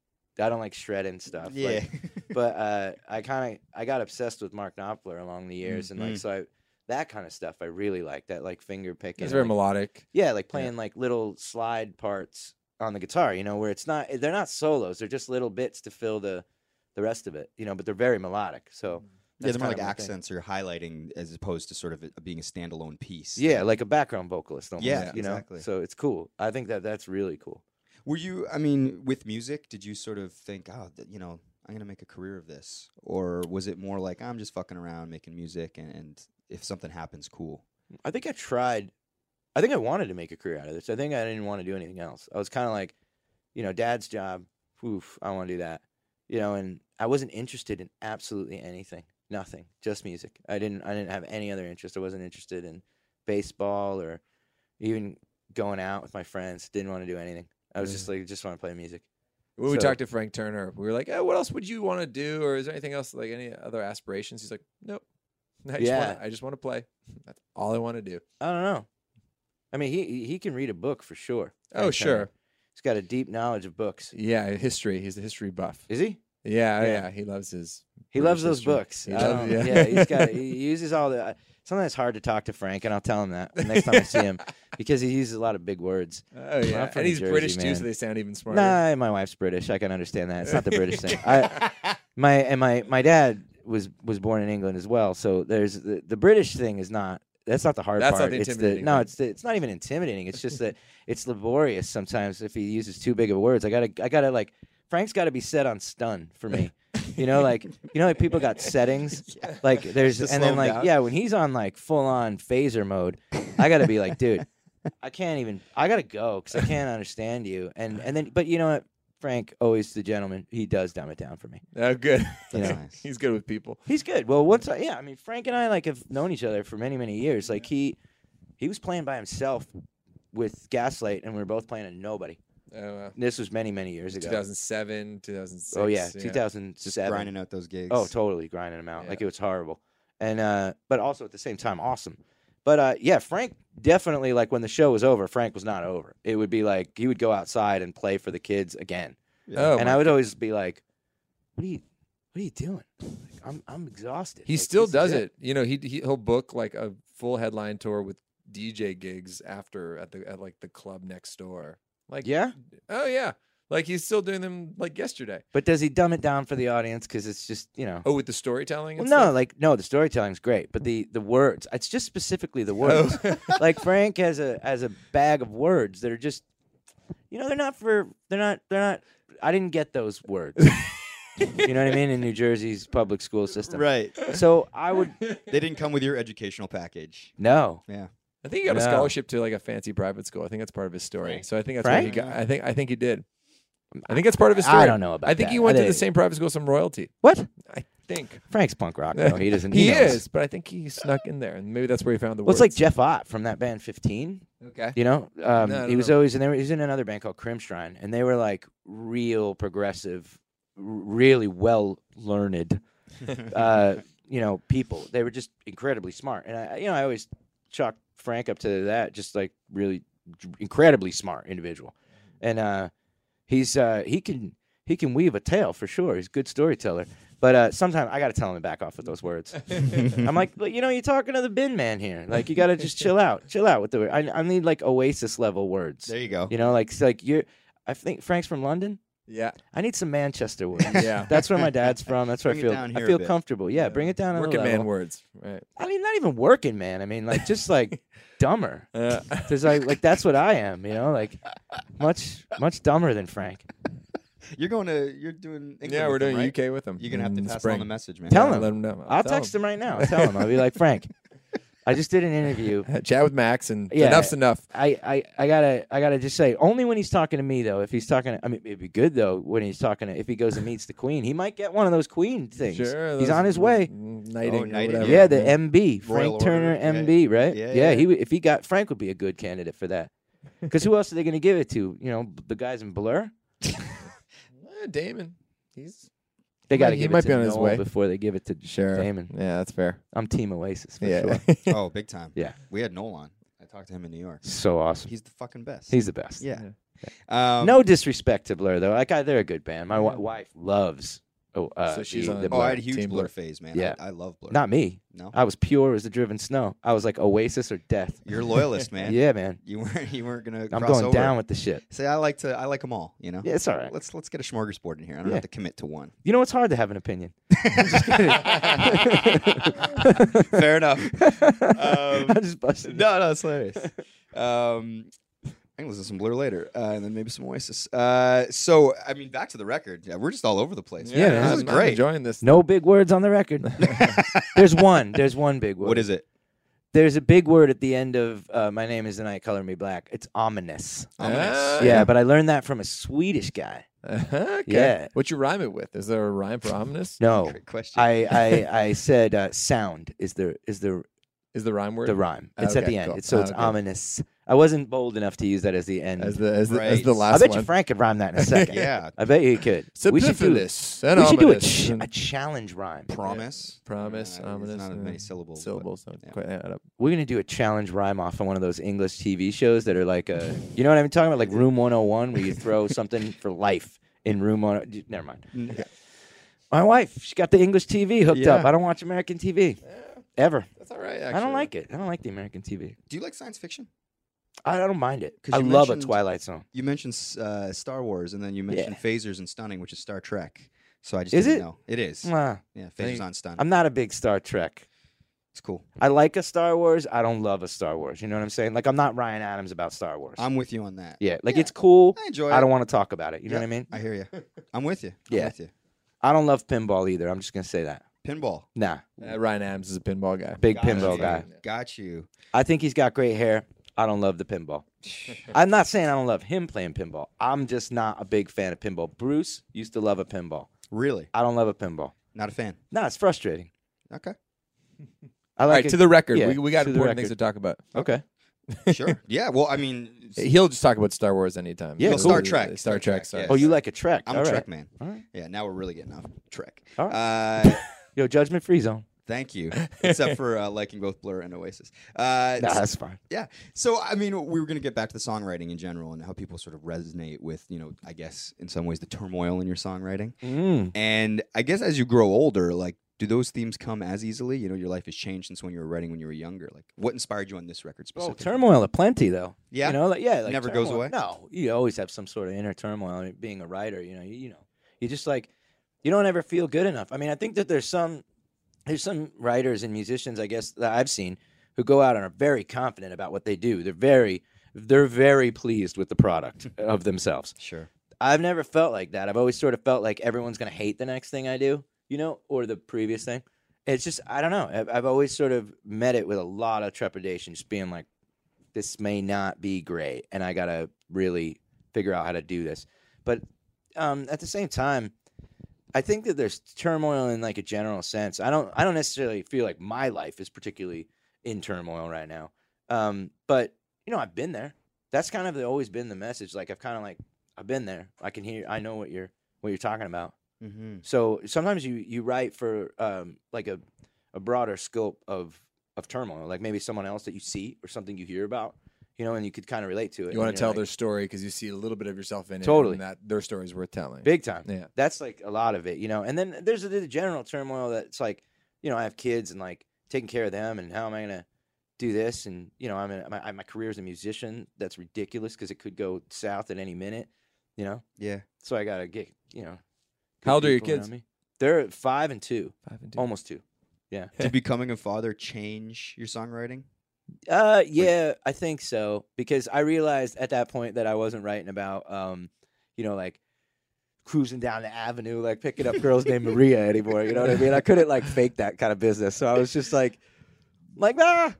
Speaker 6: I don't like shredding stuff. like,
Speaker 1: Yeah.
Speaker 6: but uh, I kind of I got obsessed with Mark Knopfler along the years, and like
Speaker 1: Mm.
Speaker 6: so I, that kind of stuff I really like that like finger picking.
Speaker 2: It's very
Speaker 6: like-
Speaker 2: melodic.
Speaker 6: yeah, like playing like little slide parts on the guitar, you know, where it's not they're not solos, they're just little bits to fill the the rest of it, you know, but they're very melodic. So
Speaker 1: yeah,
Speaker 6: that's
Speaker 1: they're more like
Speaker 6: kind of my thing.
Speaker 1: accents or highlighting as opposed to sort of it being a standalone piece.
Speaker 6: Yeah, like a background vocalist almost,
Speaker 1: Yeah,
Speaker 6: you know.
Speaker 1: exactly.
Speaker 6: So it's cool. I think that that's really cool.
Speaker 1: Were you? I mean, with music, did you sort of think, oh, th- you know, I'm gonna make a career of this, or was it more like I'm just fucking around making music, and, and if something happens, cool.
Speaker 6: I think I tried. I think I wanted to make a career out of this. I think I didn't want to do anything else. I was kind of like, you know, dad's job. Oof, I want to do that. You know, and I wasn't interested in absolutely anything. Nothing. Just music. I didn't. I didn't have any other interest. I wasn't interested in baseball or even going out with my friends. Didn't want to do anything. I was
Speaker 2: Mm.
Speaker 6: just like, just want to play music.
Speaker 2: When we
Speaker 6: So-
Speaker 2: talked to Frank Turner, we were like, "Oh, what else would you want to do, or is there anything else like any other aspirations?" He's like, "Nope, I just
Speaker 6: Yeah.
Speaker 2: wanna, I just want to play. That's all I want to do."
Speaker 6: I don't know. I mean, he he- he can read a book for sure.
Speaker 2: Oh,
Speaker 6: Frank Turner.
Speaker 2: sure.
Speaker 6: He's got a deep knowledge of books.
Speaker 2: Yeah, history. He's a history buff.
Speaker 6: Is he?
Speaker 2: Yeah, yeah,
Speaker 6: Yeah.
Speaker 2: he loves his.
Speaker 6: He
Speaker 2: British
Speaker 6: loves those
Speaker 2: history.
Speaker 6: books.
Speaker 2: He
Speaker 6: I
Speaker 2: loves-
Speaker 6: don't- yeah. he's got. He uses all the. Sometimes it's hard to talk to Frank, and I'll tell him that next time I see him because he uses a lot of big words.
Speaker 2: Oh yeah,
Speaker 6: from
Speaker 2: and
Speaker 6: New
Speaker 2: he's
Speaker 6: Jersey,
Speaker 2: British too,
Speaker 6: man.
Speaker 2: so they sound even smarter. Oh,
Speaker 6: Nah, my wife's British. I can understand that. It's not the British thing. I, my and my my dad was was born in England as well. So there's the, the British thing is not. That's not the hard
Speaker 2: That's not
Speaker 6: part.
Speaker 2: the
Speaker 6: it's the
Speaker 2: intimidating
Speaker 6: no.
Speaker 2: thing.
Speaker 6: It's the, it's not even intimidating. It's just that it's laborious sometimes if he uses too big of words. I gotta I gotta like Frank's got to be set on stun for me. You know, like you know, like people got settings. Like there's
Speaker 1: To
Speaker 6: and
Speaker 1: slow
Speaker 6: then
Speaker 1: him
Speaker 6: like
Speaker 1: down.
Speaker 6: yeah, when he's on like full on phaser mode, I gotta be like, dude, I can't even. I gotta go because I can't understand you. And and then, but you know what, Frank, always the gentleman. He does dumb it down for me.
Speaker 2: Oh, good.
Speaker 6: You
Speaker 1: That's
Speaker 6: know,
Speaker 1: nice.
Speaker 2: He's good with people.
Speaker 6: he's good. Well, once I, yeah, I mean, Frank and I like have known each other for many many years. Like he he was playing by himself with Gaslight, and we were both playing a nobody.
Speaker 2: Oh, wow.
Speaker 6: This was many many years ago.
Speaker 2: 2007, 2006.
Speaker 6: oh yeah,
Speaker 1: Just
Speaker 6: 2007.
Speaker 1: grinding out those gigs.
Speaker 6: Oh, totally Oh, grinding them out.
Speaker 2: Yeah.
Speaker 6: Like it was horrible, and uh, but also at the same time, awesome. But uh, yeah, Frank definitely like when the show was over, Frank was not over. It would be like he would go outside and play for the kids again,
Speaker 2: Oh,
Speaker 6: and
Speaker 2: my-
Speaker 6: I would always be like, "What are you, what are you doing? Like, I'm I'm exhausted."
Speaker 2: he
Speaker 6: Like,
Speaker 2: still
Speaker 6: this is
Speaker 2: does it. You know, he he- he'll book like a full headline tour with DJ gigs after at the at like the club next door. Like,
Speaker 6: Yeah,
Speaker 2: oh yeah, like he's still doing them like yesterday.
Speaker 6: but does he dumb it down for the audience? Because it's just you know.
Speaker 2: Oh, with the storytelling.
Speaker 6: Well,
Speaker 2: And
Speaker 6: no, like no, the storytelling's great, but the the words, it's just specifically the words.
Speaker 2: stuff? Oh.
Speaker 6: like Frank has a has a bag of words that are just, you know, they're not for they're not they're not. I didn't get those words. you know what I mean in New Jersey's public school system.
Speaker 1: Right.
Speaker 6: So I would
Speaker 1: They didn't come with your educational package.
Speaker 6: no.
Speaker 2: I think he got a
Speaker 6: No.
Speaker 2: scholarship to like a fancy private school. I think that's part of his story. So I think that's why he
Speaker 6: Frank?
Speaker 2: got. I think I think he did. I think that's part of his story.
Speaker 6: I e- don't know about.
Speaker 2: I think
Speaker 6: that.
Speaker 2: he went to the
Speaker 6: think-
Speaker 2: same private school as some royalty.
Speaker 6: What?
Speaker 2: I think
Speaker 6: Frank's punk rock. No, he doesn't.
Speaker 2: He,
Speaker 6: knows.
Speaker 2: is, but I think he snuck in there, and maybe that's where he found the
Speaker 6: Well,
Speaker 2: words.
Speaker 6: it's like Jeff Ott from that band Fifteen.
Speaker 2: okay,
Speaker 6: You know, um,
Speaker 2: No,
Speaker 6: he
Speaker 2: no,
Speaker 6: was
Speaker 2: no.
Speaker 6: always, and they were, he was in another band called Crimshrine, and they were like real progressive, r- really well learned, uh, you know, people. They were just incredibly smart, and I, you know, I always chalk Frank up to that, just like really incredibly smart individual,
Speaker 2: Mm-hmm.
Speaker 6: and uh, he's uh, he can he can weave a tale for sure. He's a good storyteller, but uh, sometimes I got to tell him to back off with those words. I'm like, "Look, you know, you're talking to the bin man here. Like, you gotta just chill out, chill out with the. I, I need like Oasis level words.
Speaker 1: There you go.
Speaker 6: You know, like it's like you're. I think Frank's from London.
Speaker 2: yeah,
Speaker 6: I need some Manchester words.
Speaker 2: Yeah.
Speaker 6: that's where my dad's from. That's where
Speaker 1: Bring it
Speaker 6: I feel.
Speaker 1: down
Speaker 6: I
Speaker 1: here a
Speaker 6: feel
Speaker 1: bit.
Speaker 6: comfortable. Yeah, bring it down.
Speaker 2: working
Speaker 6: a level.
Speaker 2: man words, right?
Speaker 6: I mean, not even working man. I mean, like just like dumber.
Speaker 2: Uh,
Speaker 6: There's like like that's what I am. You know, like much much dumber than Frank.
Speaker 1: You're going to. You're doing. England
Speaker 2: yeah, we're
Speaker 1: with them,
Speaker 2: doing
Speaker 1: right?
Speaker 2: UK with him.
Speaker 1: You're gonna have to
Speaker 2: in
Speaker 1: pass
Speaker 2: spring.
Speaker 1: on the message, man.
Speaker 6: Mm, Tell him.
Speaker 2: Let him know.
Speaker 6: I'll text him right now. I'll tell him. I'll be like Frank. I just did an interview.
Speaker 2: Chat with Max, and
Speaker 6: Yeah.
Speaker 2: enough's enough.
Speaker 6: I, I, I gotta I gotta just say only when he's talking to me though. If he's talking, to, I mean, it'd be good though when he's talking. To, if he goes and meets the queen, he might get one of those queen things.
Speaker 2: Sure,
Speaker 6: he's
Speaker 2: those
Speaker 6: on his way.
Speaker 2: Knighting,
Speaker 1: Oh,
Speaker 2: or
Speaker 1: knighting,
Speaker 2: whatever. Mm-hmm.
Speaker 6: Yeah, the MB Frank
Speaker 1: Royal
Speaker 6: Turner
Speaker 1: Order, yeah.
Speaker 6: MB, right?
Speaker 1: Yeah,
Speaker 6: yeah.
Speaker 1: yeah.
Speaker 6: He would- if he got Frank would be a good candidate for that. Because who else are they gonna give it to? You know, b- the guys in Blur.
Speaker 2: Eh, Damon. He's
Speaker 6: They
Speaker 2: He
Speaker 6: got to
Speaker 2: might- he
Speaker 6: give it
Speaker 2: might
Speaker 6: to
Speaker 2: be on his
Speaker 6: Noel
Speaker 2: way.
Speaker 6: before they give it to
Speaker 2: sure.
Speaker 6: Damon.
Speaker 2: Yeah, that's fair.
Speaker 6: I'm Team Oasis for
Speaker 2: yeah.
Speaker 6: sure.
Speaker 1: Oh, big time.
Speaker 6: Yeah.
Speaker 1: We had Nolan. I talked to him in New York.
Speaker 6: So awesome.
Speaker 1: He's the fucking best.
Speaker 6: He's the best.
Speaker 1: yeah. Um,
Speaker 6: no disrespect to Blur though. Like I, they're a good band. My wi wife loves. Oh, uh,
Speaker 2: So she's
Speaker 6: the-
Speaker 2: on
Speaker 6: the
Speaker 2: the
Speaker 1: Oh, I had a
Speaker 2: Blur,
Speaker 1: huge
Speaker 2: Team
Speaker 1: blur,
Speaker 2: Blur.
Speaker 1: phase, man.
Speaker 6: Yeah.
Speaker 1: I, I love blur.
Speaker 6: Not me.
Speaker 1: no.
Speaker 6: I was pure as the driven snow. I was like Oasis or death.
Speaker 1: You're a loyalist, man.
Speaker 6: Yeah, man.
Speaker 1: You weren't. You weren't gonna.
Speaker 6: I'm
Speaker 1: cross
Speaker 6: going
Speaker 1: over.
Speaker 6: down with the shit.
Speaker 1: Say I like to. I like them all. You know.
Speaker 6: Yeah, it's all right.
Speaker 1: Oh, Let's let's get a smorgasbord in here. I don't
Speaker 6: Yeah.
Speaker 1: have to commit to one.
Speaker 6: You know, it's hard to have an opinion.
Speaker 1: Fair enough.
Speaker 6: I just busted.
Speaker 1: Um, No, no, it's hilarious. Um, I can listen to some Blur later, uh, and then maybe some Oasis. Uh, so, I mean, back to the record. Yeah, we're just all over the place.
Speaker 6: Yeah, man.
Speaker 1: this is
Speaker 2: I'm- I'm
Speaker 1: great.
Speaker 2: enjoying this.
Speaker 6: No big words on the record. There's one. There's one big word.
Speaker 1: What is it?
Speaker 6: There's a big word at the end of uh, "My Name Is the Night, Color Me Black." It's ominous.
Speaker 1: Uh,
Speaker 2: Ah,
Speaker 6: Yeah, but I learned that from a Swedish guy.
Speaker 2: Uh-huh, okay.
Speaker 6: Yeah.
Speaker 2: What you rhyme it with? Is there a rhyme for ominous?
Speaker 6: No,
Speaker 1: Great question.
Speaker 6: I I, I said uh, sound is the is the
Speaker 2: Is the rhyme word?
Speaker 6: the rhyme.
Speaker 2: Ah,
Speaker 6: It's at
Speaker 2: okay,
Speaker 6: the end.
Speaker 2: cool.
Speaker 6: It's, so
Speaker 2: Ah,
Speaker 6: it's
Speaker 2: okay.
Speaker 6: ominous. I wasn't bold enough to use that as the end.
Speaker 2: As the as the, as the
Speaker 1: Right.
Speaker 2: last
Speaker 6: I bet
Speaker 2: one.
Speaker 6: you Frank could rhyme that in a second.
Speaker 1: yeah,
Speaker 6: I bet you he could. We should do, we
Speaker 2: Superfluous and
Speaker 6: should do a,
Speaker 2: ominous.
Speaker 6: ch-
Speaker 2: and
Speaker 6: a challenge rhyme.
Speaker 1: promise.
Speaker 2: Promise,
Speaker 1: Uh, it's
Speaker 2: ominous,
Speaker 1: Not as
Speaker 2: uh,
Speaker 1: many syllables. but-
Speaker 2: syllables don't
Speaker 1: yeah.
Speaker 2: quite add up.
Speaker 6: We're gonna do a challenge rhyme off on one of those English TV shows that are like a, you know what I'm talking about, like Room 101, where you throw something for life in Room 101. Never mind. My wife, she got the English TV hooked up.
Speaker 1: Yeah.
Speaker 6: I don't watch American TV ever.
Speaker 2: That's all right.
Speaker 6: I don't like it. I don't like the American TV.
Speaker 1: Do you like science fiction?
Speaker 6: I don't mind it.
Speaker 1: 'Cause
Speaker 6: I
Speaker 1: you
Speaker 6: love a
Speaker 1: mentioned-
Speaker 6: Twilight Zone.
Speaker 1: You mentioned uh, Star Wars, and then you mentioned phasers and stunning, which is Star Trek. So I just
Speaker 6: Is
Speaker 1: didn't
Speaker 6: it?
Speaker 1: know it is.
Speaker 6: Mwah.
Speaker 1: Yeah,
Speaker 2: Thank-
Speaker 1: phasers on stunning.
Speaker 6: I'm not a big Star Trek.
Speaker 1: it's cool.
Speaker 6: I like a Star Wars. I don't love a Star Wars. You know what I'm saying? Like I'm not Ryan Adams about Star Wars.
Speaker 1: I'm with you on that.
Speaker 6: yeah, like
Speaker 1: Yeah.
Speaker 6: it's cool.
Speaker 1: I enjoy.
Speaker 6: I
Speaker 1: it.
Speaker 6: don't want to talk about it. You know what I mean?
Speaker 1: I hear you. I'm with you.
Speaker 6: Yeah.
Speaker 1: I'm with you.
Speaker 6: I don't love pinball either. I'm just gonna say that.
Speaker 1: Pinball.
Speaker 6: Nah,
Speaker 2: Uh, Ryan Adams is a pinball guy.
Speaker 6: big
Speaker 1: Got
Speaker 6: pinball
Speaker 1: you.
Speaker 6: guy.
Speaker 1: Got you.
Speaker 6: I think he's got great hair. I don't love the pinball. I'm not saying I don't love him playing pinball. I'm just not a big fan of pinball. Bruce used to love a pinball.
Speaker 1: Really?
Speaker 6: I don't love a pinball.
Speaker 1: Not a fan.
Speaker 6: Nah, it's frustrating.
Speaker 1: Okay.
Speaker 6: I
Speaker 2: all
Speaker 6: like
Speaker 2: right,
Speaker 6: it.
Speaker 2: to the record.
Speaker 6: yeah,
Speaker 2: we, we got
Speaker 6: to the
Speaker 2: important things
Speaker 6: record.
Speaker 2: to talk about.
Speaker 6: okay.
Speaker 1: Sure. yeah. Well, I mean, s-
Speaker 2: He'll just talk about Star Wars anytime.
Speaker 6: Yeah,
Speaker 2: He'll-
Speaker 6: cool. Star
Speaker 1: Trek.
Speaker 2: Star
Speaker 1: Star
Speaker 2: Trek.
Speaker 1: Trek,
Speaker 2: Sorry.
Speaker 1: yeah.
Speaker 6: Oh, you like a Trek?
Speaker 1: I'm
Speaker 6: All
Speaker 1: a
Speaker 6: right.
Speaker 1: Trek man.
Speaker 6: All right.
Speaker 1: Yeah. Now we're really getting off Trek.
Speaker 6: All right.
Speaker 1: Uh,
Speaker 6: Yo, judgment free zone.
Speaker 1: Thank you. Except for uh, liking both Blur and Oasis. Uh,
Speaker 6: Nah, that's fine.
Speaker 1: yeah. So I mean, we were going to get back to the songwriting in general and how people sort of resonate with, you know, I guess in some ways the turmoil in your songwriting. Mm. And I guess as you grow older, like, do those themes come as easily? You know, your life has changed since when you were writing when you were younger. Like, what inspired you on this record
Speaker 6: Well,
Speaker 1: specifically?
Speaker 6: turmoil aplenty though.
Speaker 1: Yeah?
Speaker 6: you know, like, yeah, like
Speaker 1: Never goes
Speaker 6: turmoil-
Speaker 1: away?
Speaker 6: No, you always have some sort of inner turmoil. I mean, being a writer, you know, you, you know, you just like you don't ever feel good enough. I mean, I think that there's some there's some writers and musicians, I guess, that I've seen who go out and are very confident about what they do. They're very they're very pleased with the product of themselves.
Speaker 1: sure.
Speaker 6: I've never felt like that. I've always sort of felt like everyone's going to hate the next thing I do, you know, or the previous thing. It's just, I don't know. I've, I've always sort of met it with a lot of trepidation, just being like, this may not be great. And I got to really figure out how to do this. But um, at the same time, I think that there's turmoil in like a general sense. I don't, I don't necessarily feel like my life is particularly in turmoil right now. Um, but, you know, I've been there. That's kind of always been the message. Like, I've kind of like, I've been there. I can hear. I know what you're what you're talking about.
Speaker 1: Mm-hmm.
Speaker 2: Mm.
Speaker 6: So sometimes you you write for um like a a broader scope of of turmoil, like maybe someone else that you see or something you hear about, you know, and you could kind of relate to it.
Speaker 2: You want
Speaker 6: and
Speaker 2: to tell
Speaker 6: you're like,
Speaker 2: their story because you see a little bit of yourself in it.
Speaker 6: Totally.
Speaker 2: and that their story is worth telling.
Speaker 6: big time.
Speaker 2: Yeah.
Speaker 6: that's like a lot of it, you know. And then there's the, the general turmoil that's like, you know, I have kids and like taking care of them, and how am I gonna do this? And you know, I'm in, my my career as a musician that's ridiculous because it could go south at any minute, you know.
Speaker 1: Yeah.
Speaker 6: So I gotta get you know. good
Speaker 2: How old are your
Speaker 6: people around
Speaker 2: kids?
Speaker 6: me. They're five and two,
Speaker 2: Five and
Speaker 6: almost two.
Speaker 1: Did becoming a father change your songwriting?
Speaker 6: Uh, yeah, I think so because I realized at that point that I wasn't writing about um, you know, like cruising down the avenue, like picking up girls named Maria anymore. You know what I mean? I couldn't like fake that kind of business, so I was just like, like ah,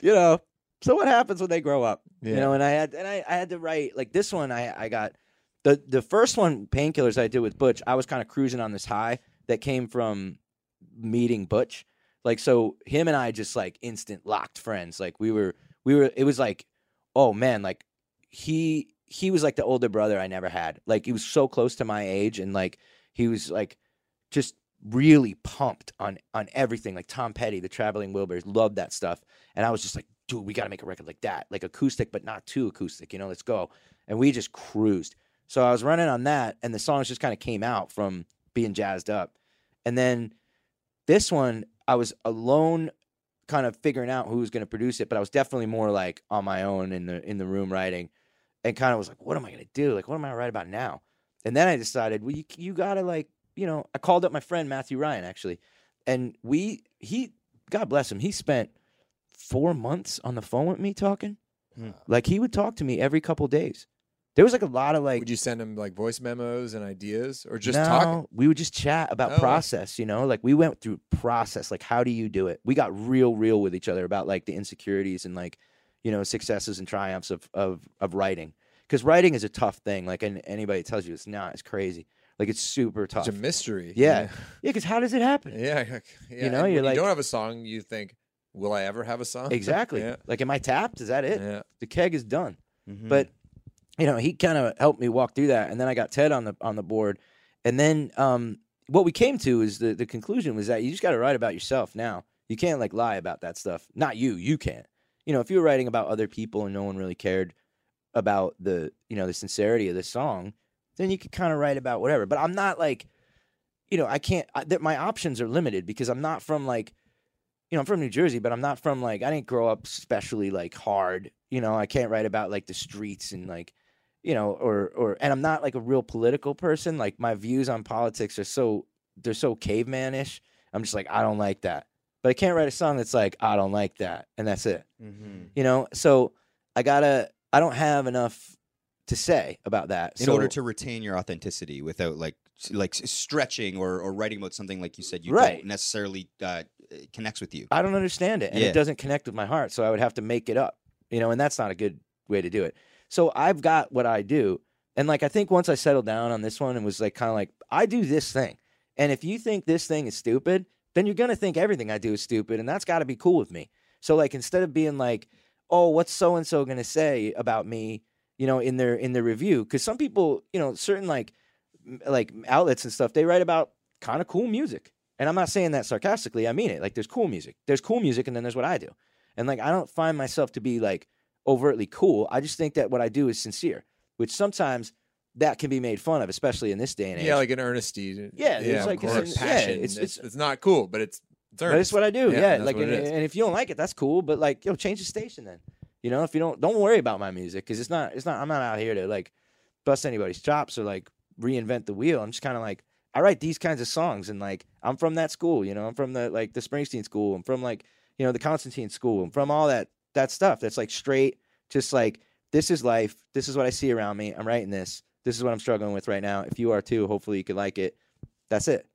Speaker 6: you know. So what happens when they grow up?
Speaker 2: Yeah.
Speaker 6: You know, and I had and I, I had to write like this one. I I got the the first one painkillers I did with Butch. I was kind of cruising on this high that came from meeting Butch like so him and I just like instant locked friends. Like we were we were it was like oh man like he he was like the older brother I never had. Like he was so close to my age and like he was like just really pumped on on everything like Tom Petty, the Traveling Wilburys, loved that stuff. And I was just like dude, we got to make a record like that. Like acoustic but not too acoustic, you know, let's go. And we just cruised. So I was running on that and the songs just kind of came out from being jazzed up. And then this one, I was alone, kind of figuring out who was going to produce it, but I was definitely more like on my own in the in the room writing, and kind of was like, what am I going to do? Like, what am I write about now? And then I decided, well, you you gotta like, you know, I called up my friend Matthew Ryan actually, and we he, God bless him, he spent four months on the phone with me talking.
Speaker 1: Hmm.
Speaker 6: Like he would talk to me every couple days. There was like a lot of like
Speaker 2: Would you send them like voice memos and ideas, or just
Speaker 6: no,
Speaker 2: talking?
Speaker 6: We would just chat about
Speaker 2: Oh.
Speaker 6: process, you know, like we went through process, like how do you do it? We got real real with each other about like the insecurities and like, you know, successes and triumphs of of of writing. Cuz writing is a tough thing, like and anybody tells you it's not, it's crazy. Like it's super tough.
Speaker 2: It's a mystery.
Speaker 6: Yeah. yeah, cuz how does it happen?
Speaker 2: Yeah. yeah. yeah.
Speaker 6: You know,
Speaker 2: and when
Speaker 6: you're like-
Speaker 2: you don't have a song. You think, will I ever have a song?
Speaker 6: Exactly.
Speaker 2: yeah.
Speaker 6: Like am I tapped? Is that it?
Speaker 2: Yeah.
Speaker 6: The keg is done.
Speaker 1: Mm-hmm.
Speaker 6: But you know, he kind of helped me walk through that, and then I got Ted on the on the board, and then um, what we came to is the the conclusion was that you just got to write about yourself now. You can't like lie about that stuff. Not you. You can't. You know, if you were writing about other people and no one really cared about the you know the sincerity of the song, then you could kind of write about whatever. But I'm not like, you know, I can't. I, that my options are limited because I'm not from like you know, I'm from New Jersey, but I'm not from like I didn't grow up especially like hard. You know, I can't write about like the streets and like, you know, or or and I'm not like a real political person. Like my views on politics are so they're so cavemanish. I'm just like I don't like that. But I can't write a song that's like I don't like that, and that's it.
Speaker 1: Mhm.
Speaker 6: You know, so I gotta I don't have enough to say about that.
Speaker 1: in
Speaker 6: so,
Speaker 1: order to retain your authenticity without like s- like s- stretching or, or writing about something like you said you
Speaker 6: Right.
Speaker 1: don't necessarily uh, it connects with you.
Speaker 6: I don't understand it, and
Speaker 1: Yeah.
Speaker 6: it doesn't connect with my heart. So I would have to make it up, you know, and that's not a good way to do it. So I've got what I do, and like I think once I settled down on this one and was like kind of like I do this thing, and if you think this thing is stupid, then you're gonna think everything I do is stupid, and that's got to be cool with me. So like instead of being like, oh, what's so and so gonna say about me, you know, in their in their review, because some people, you know, certain like m- like outlets and stuff, they write about kind of cool music. And I'm not saying that sarcastically. I mean it. Like there's cool music. There's cool music and then there's what I do. And like I don't find myself to be like overtly cool. I just think that what I do is sincere, which sometimes that can be made fun of, especially in this day and age.
Speaker 2: Yeah, like an earnesty. uh,
Speaker 6: Yeah, it's
Speaker 2: of
Speaker 6: like- it's-
Speaker 2: course.
Speaker 6: yeah,
Speaker 2: It's,
Speaker 6: it's- it's-
Speaker 2: it's not cool, but it's it's
Speaker 6: But it's
Speaker 2: earnest.
Speaker 6: what I do.
Speaker 2: Yeah,
Speaker 6: Yeah.
Speaker 2: that's
Speaker 6: Like,
Speaker 2: what
Speaker 6: and,
Speaker 2: it is.
Speaker 6: and if you don't like it, that's cool. But like, yo, change the station then. You know, if you don't, don't worry about my music because it's not, it's not. I'm not out here to like bust anybody's chops or like reinvent the wheel. I'm just kind of like, I write these kinds of songs and like, I'm from that school. You know, I'm from the like the Springsteen school. I'm from like, you know, the Constantine school. I'm from all that that stuff. That's like straight, just like this is life. This is what I see around me. I'm writing this. This is what I'm struggling with right now. If you are too, hopefully you could like it. That's it.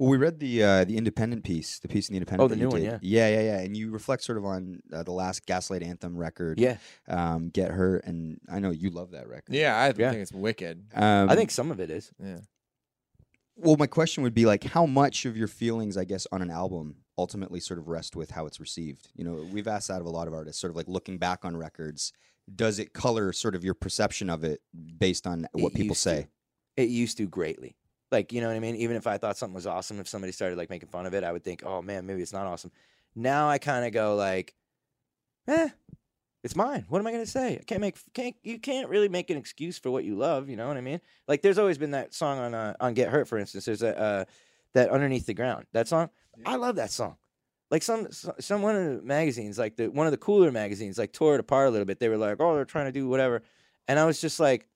Speaker 1: Well, we read the uh, the independent piece, the piece in the independent.
Speaker 6: Oh, the
Speaker 1: that you
Speaker 6: new one,
Speaker 1: did. yeah, yeah, yeah. And you reflect sort of on uh, the last Gaslight Anthem record,
Speaker 6: Yeah,
Speaker 1: um, Get Hurt, and I know you love that record.
Speaker 2: Yeah, I
Speaker 6: Yeah.
Speaker 2: think it's wicked.
Speaker 1: Um,
Speaker 6: I think some of it is.
Speaker 1: Well, my question would be like, how much of your feelings, I guess, on an album ultimately sort of rest with how it's received? You know, we've asked that of a lot of artists, sort of like looking back on records, does it color sort of your perception of it based on
Speaker 6: It
Speaker 1: what people
Speaker 6: used
Speaker 1: say?
Speaker 6: to. It used to greatly. Like, you know what I mean? Even if I thought something was awesome, if somebody started like making fun of it, I would think, oh man, maybe it's not awesome. Now I kind of go like, eh, it's mine. What am I gonna say? I can't make can't you can't really make an excuse for what you love, you know what I mean? Like there's always been that song on uh, on Get Hurt, for instance. There's a uh, that underneath the ground. That song. I love that song. Like some so- some one of the magazines, like the one of the cooler magazines, like tore it apart a little bit. They were like, oh, they're trying to do whatever, and I was just like,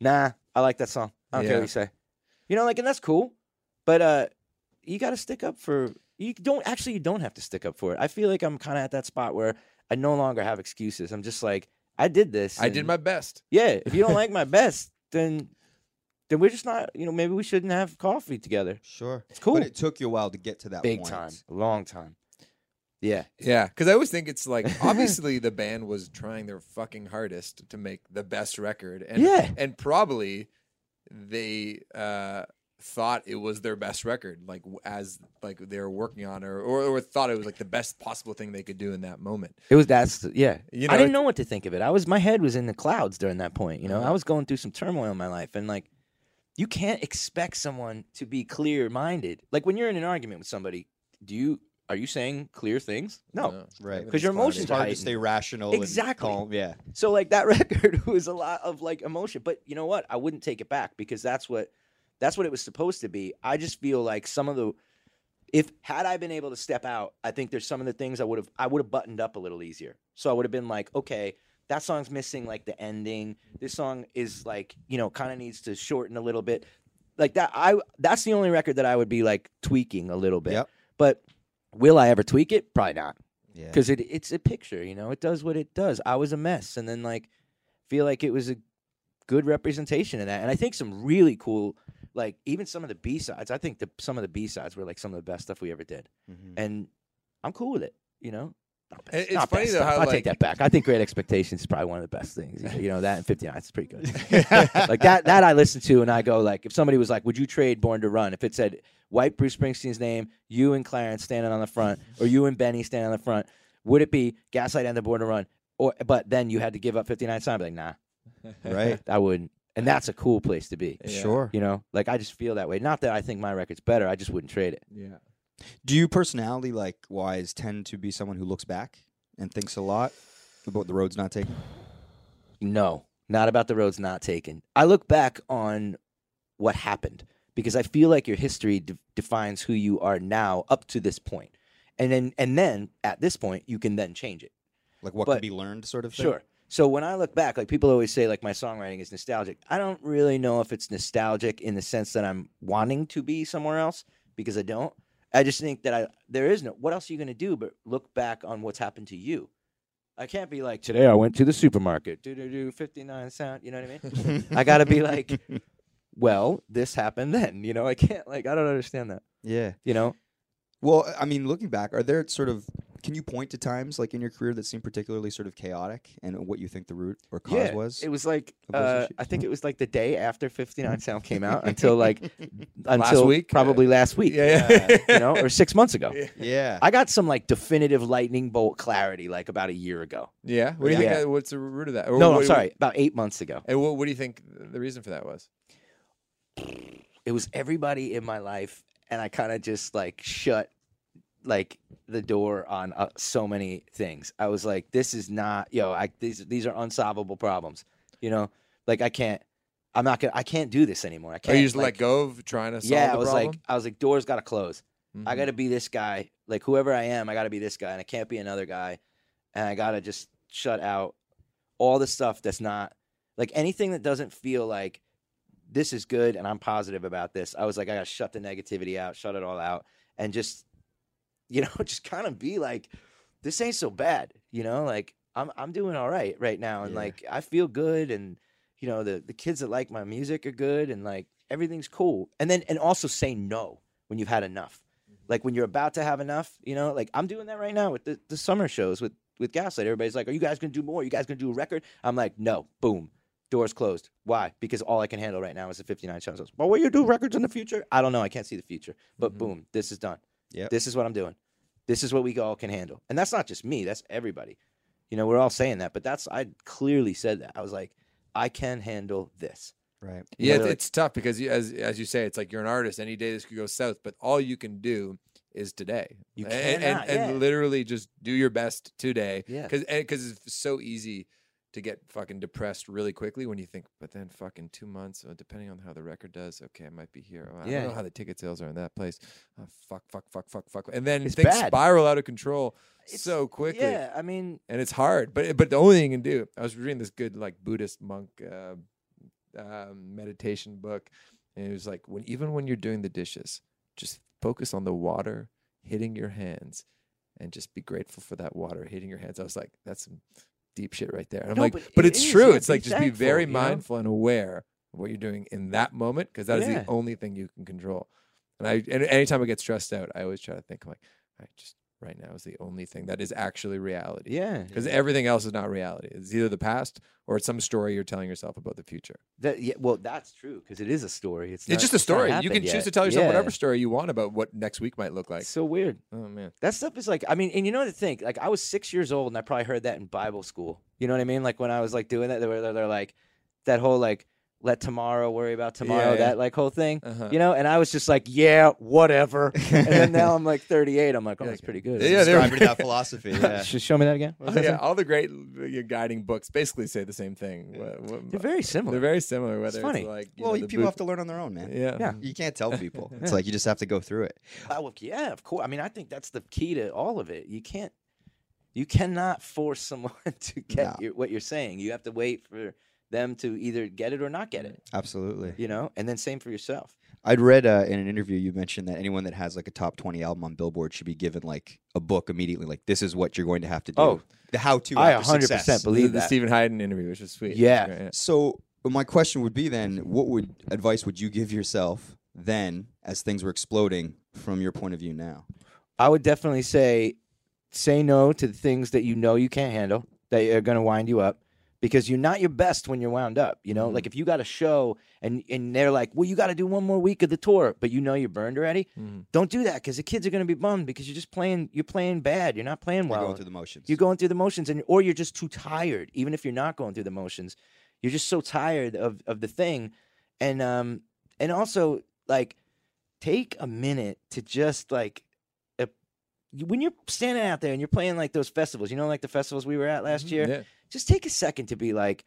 Speaker 6: nah, I like that song. I don't care
Speaker 2: Yeah.
Speaker 6: what you say. You know, like, and that's cool, but uh, you got to stick up for. You don't actually. You don't have to stick up for it. I feel like I'm kind of at that spot where I no longer have excuses. I'm just like, I did this.
Speaker 2: I did
Speaker 6: and-
Speaker 2: my best.
Speaker 6: yeah, if you don't like my best, then then we're just not, you know, maybe we shouldn't have coffee together.
Speaker 1: Sure.
Speaker 6: It's cool.
Speaker 1: But it took you a while to get to that
Speaker 6: Big
Speaker 1: point.
Speaker 6: time. Long time. Yeah.
Speaker 2: Yeah, because I always think it's like obviously the band was trying their fucking hardest to make the best record, and
Speaker 6: Yeah.
Speaker 2: and probably they uh, thought it was their best record, like w- as like they were working on or, or or thought it was like the best possible thing they could do in that moment.
Speaker 6: It was that's yeah.
Speaker 2: You
Speaker 6: I
Speaker 2: know,
Speaker 6: didn't
Speaker 2: it-
Speaker 6: know what to think of it. I was my head was in the clouds during that point. You know, I
Speaker 2: Uh-huh.
Speaker 6: was going through some turmoil in my life, and like, you can't expect someone to be clear minded. Like when you're in an argument with somebody, do you are you saying clear things? No.
Speaker 1: Right.
Speaker 6: Because your
Speaker 1: It's
Speaker 6: emotions
Speaker 1: hard to
Speaker 6: heightened.
Speaker 1: stay rational.
Speaker 6: Exactly.
Speaker 1: And calm. Yeah.
Speaker 6: So like that record was a lot of like emotion, but you know what? I wouldn't take it back because that's what that's what it was supposed to be. I just feel like some of the if had I been able to step out, I think there's some of the things I would have I would have buttoned up a little easier. So I would have been like, okay, that song's missing like the ending. This song is like, you know, kind of needs to shorten a little bit. Like that I that's the only record that I would be like tweaking a little bit.
Speaker 1: Yep.
Speaker 6: But will I ever tweak it? Probably not
Speaker 1: Yeah.
Speaker 6: because it it's a picture, you know. It does what it does. I was a mess, and then like feel like it was a good representation of that. And I think some really cool, like even some of the B sides. I think the some of the B sides were like some of the best stuff we ever did,
Speaker 1: Mhm.
Speaker 6: and I'm cool with it, you know. Mm-hmm. Not best-
Speaker 2: It- it's
Speaker 6: not
Speaker 2: funny,
Speaker 6: best
Speaker 2: though,
Speaker 6: stuff.
Speaker 2: how,
Speaker 6: I
Speaker 2: like-
Speaker 6: take that back. I think Great Expectations is probably one of the best things. You know that and 59 is pretty good. like that that I listen to and I go like if somebody was like, Would you trade Born to Run? If it said White Bruce Springsteen's name, you and Clarence standing on the front, or you and Benny standing on the front, would it be Gaslight and the Born to Run? Or but then you had to give up fifty nine songs. I'd be Like, nah,
Speaker 1: Right.
Speaker 6: I wouldn't. And that's a cool place to be.
Speaker 2: Yeah.
Speaker 1: Sure.
Speaker 6: You know? Like I just feel that way. Not that I think my record's better, I just wouldn't trade it.
Speaker 2: Yeah.
Speaker 1: Do you personality like wise tend to be someone who looks back and thinks a lot about the roads not taken?
Speaker 6: No, not about the roads not taken. I look back on what happened because I feel like your history de- defines who you are now up to this point. And then and then at this point you can then change it.
Speaker 1: Like what
Speaker 6: But-
Speaker 1: can be learned, sort of thing?
Speaker 6: Sure. So when I look back, like people always say like my songwriting is nostalgic. I don't really know if it's nostalgic in the sense that I'm wanting to be somewhere else because I don't. I just think that I there is no what else are you going to do but look back on what's happened to you. I can't be like today I went to the supermarket. Do do do 59 sound, you know what I mean? I gotta be like, well, this happened then. You know, I can't like I don't understand that.
Speaker 1: yeah.
Speaker 6: You know,
Speaker 1: Well, I mean, looking back, are there sort of can you point to times like in your career that seem particularly sort of chaotic and what you think the root or cause was?
Speaker 6: It was like
Speaker 1: Of those
Speaker 6: uh,
Speaker 1: issues?
Speaker 6: I think it was like the day after Fifty Nine Sound came out until like until
Speaker 2: week?
Speaker 6: probably last week.
Speaker 2: Yeah, yeah.
Speaker 6: you know, or six months ago.
Speaker 2: Yeah.
Speaker 1: yeah.
Speaker 6: I got some like definitive lightning bolt clarity like about a year ago.
Speaker 2: Yeah. What do you think?
Speaker 6: Yeah.
Speaker 2: That, what's the root of that? Or
Speaker 6: no,
Speaker 2: what-
Speaker 6: I'm sorry, about eight months ago.
Speaker 2: And what, what do you think the reason for that was?
Speaker 6: It was everybody in my life and I kind of just like shut like the door on uh, so many things. I was like, this is not yo. I these these are unsolvable problems. You know, like I can't. I'm not gonna. I can't do this anymore. I
Speaker 2: Or
Speaker 6: can't.
Speaker 2: you just let go of trying to solve
Speaker 6: Yeah,
Speaker 2: the
Speaker 6: I was
Speaker 2: problem?
Speaker 6: like, I was like, doors gotta close. I
Speaker 2: Mhm.
Speaker 6: got to be this guy. Like whoever I am, I got to be this guy, and I can't be another guy. And I got to just shut out all the stuff that's not like anything that doesn't feel like this is good and I'm positive about this. I was like, I got to shut the negativity out, shut it all out, and just you know, just kind of be like, this ain't so bad. You know, like I'm I'm doing all right right now, and
Speaker 2: Yeah.
Speaker 6: like I feel good, and you know the the kids that like my music are good, and like everything's cool. And then and also say no when you've had enough like when you're about to have enough, you know, like I'm doing that right now with the, the summer shows with with Gaslight. Everybody's like, "Are you guys gonna do more? Are you guys gonna do a record?" I'm like, "No." Boom, doors closed. Why? Because all I can handle right now is the 59 shows. Well, will you do records in the future? I don't know. I can't see the future. But
Speaker 2: Mhm.
Speaker 6: boom, this is done.
Speaker 1: Yep.
Speaker 6: This is what I'm doing. This is what we all can handle. And that's not just me. That's everybody. You know, we're all saying that, but that's I clearly said that. I was like, I can handle this.
Speaker 1: Right.
Speaker 6: You
Speaker 2: Yeah,
Speaker 6: know,
Speaker 2: it's,
Speaker 6: like-
Speaker 2: it's tough because you, as as you say, it's like you're an artist. Any day this could go south, but all you can do is today.
Speaker 6: You
Speaker 2: A- and,
Speaker 6: cannot,
Speaker 2: and, and
Speaker 6: yeah.
Speaker 2: literally just do your best today.
Speaker 6: Yeah.
Speaker 2: because it's so easy to get fucking depressed really quickly when you think, but then fucking two months, uh, depending on how the record does. Okay, I might be here. Oh, I
Speaker 6: Yeah.
Speaker 2: don't know how the ticket sales are in that place. Oh, fuck, fuck, fuck, fuck, fuck, and then
Speaker 6: It's
Speaker 2: things
Speaker 6: bad.
Speaker 2: spiral out of control
Speaker 6: It's-
Speaker 2: so quickly
Speaker 6: Yeah, I mean,
Speaker 2: and it's hard. But but the only thing you can do, I was reading this good like Buddhist monk uh, um, meditation book, and it was like when even when you're doing the dishes, just focus on the water hitting your hands, and just be grateful for that water hitting your hands. I was like, that's some deep shit right there. And I'm
Speaker 6: No,
Speaker 2: like,
Speaker 6: but
Speaker 2: but,
Speaker 6: it
Speaker 2: it's
Speaker 6: is,
Speaker 2: true.
Speaker 6: yeah,
Speaker 2: It's
Speaker 6: be
Speaker 2: like just
Speaker 6: thankful,
Speaker 2: be very
Speaker 6: you know?
Speaker 2: mindful and aware of what you're doing in that moment because that is
Speaker 6: Yeah.
Speaker 2: the only thing you can control. And I and anytime I get stressed out, I always try to think I'm like, all right, just right now is the only thing that is actually reality
Speaker 6: yeah.
Speaker 2: because everything else is not reality. It's either the past or it's some story you're telling yourself about the future.
Speaker 6: That yeah, well, that's true because it is a story. It's
Speaker 2: it's
Speaker 6: not-
Speaker 2: just a
Speaker 6: not
Speaker 2: story. You
Speaker 6: happened
Speaker 2: can
Speaker 6: yet.
Speaker 2: choose to tell yourself
Speaker 6: Yeah.
Speaker 2: whatever story you want about what next week might look like.
Speaker 6: It's so weird.
Speaker 2: Oh man,
Speaker 6: That stuff is like, I mean, and you know the thing, like I was six years old and I probably heard that in Bible school. You know what I mean? Like when I was like doing that, they were they're, they're like that whole like let tomorrow worry about tomorrow,
Speaker 2: yeah.
Speaker 6: that like whole thing.
Speaker 2: Uh-huh.
Speaker 6: You know, and I was just like, yeah, whatever. and then now I'm like 38. I'm like, oh,
Speaker 2: Yeah,
Speaker 6: that's
Speaker 2: yeah.
Speaker 6: pretty good.
Speaker 2: Yeah, they're-
Speaker 1: Subscribe to that philosophy. Yeah.
Speaker 6: Sh- show me that again. What was
Speaker 2: Oh,
Speaker 6: that
Speaker 2: yeah,
Speaker 6: saying?
Speaker 2: all the great uh, guiding books basically say the same thing. What- what-
Speaker 6: They're very similar.
Speaker 2: They're very similar. Whether it's,
Speaker 6: funny.
Speaker 2: like you
Speaker 1: well,
Speaker 2: know,
Speaker 1: you-
Speaker 2: the
Speaker 1: people have
Speaker 2: Buddh-
Speaker 1: to learn on their own, man.
Speaker 2: yeah.
Speaker 6: Yeah.
Speaker 1: You can't tell people. It's like you just have to go through it.
Speaker 6: Oh, well, yeah, of course. I mean, I think that's the key to all of it. You can't, you cannot force someone to get
Speaker 1: No.
Speaker 6: your, what you're saying. You have to wait for them to either get it or not get it.
Speaker 1: Absolutely.
Speaker 6: You know, and then same for yourself.
Speaker 1: I'd read uh, in an interview you mentioned that anyone that has like a top 20 album on Billboard should be given like a book immediately. Like, this is what you're going to have to do.
Speaker 6: Oh,
Speaker 1: the how to.
Speaker 6: I 100 percent
Speaker 2: The,
Speaker 6: believe
Speaker 2: the
Speaker 6: that.
Speaker 2: Stephen Hayden interview, which is sweet.
Speaker 6: Yeah.
Speaker 2: Right,
Speaker 1: So, uh, my question would be then what would advice would you give yourself then as things were exploding from your point of view now?
Speaker 6: I would definitely say, say no to the things that you know you can't handle that are going to wind you up because you're not your best when you're wound up. You know, like if you got a show and and they're like, well, you got to do one more week of the tour, but you know you're burned already.
Speaker 2: Mhm.
Speaker 6: Don't do that because the kids are going to be bummed because you're just playing. You're playing bad. You're not playing well.
Speaker 1: you're going through the motions.
Speaker 6: You're going through the motions, and or you're just too tired. Even if you're not going through the motions, you're just so tired of of the thing, and um and also like take a minute to just like a- when you're standing out there and you're playing like those festivals, you know, like the festivals we were at last year.
Speaker 2: Mm-hmm. Yeah.
Speaker 6: Just take a second to be like,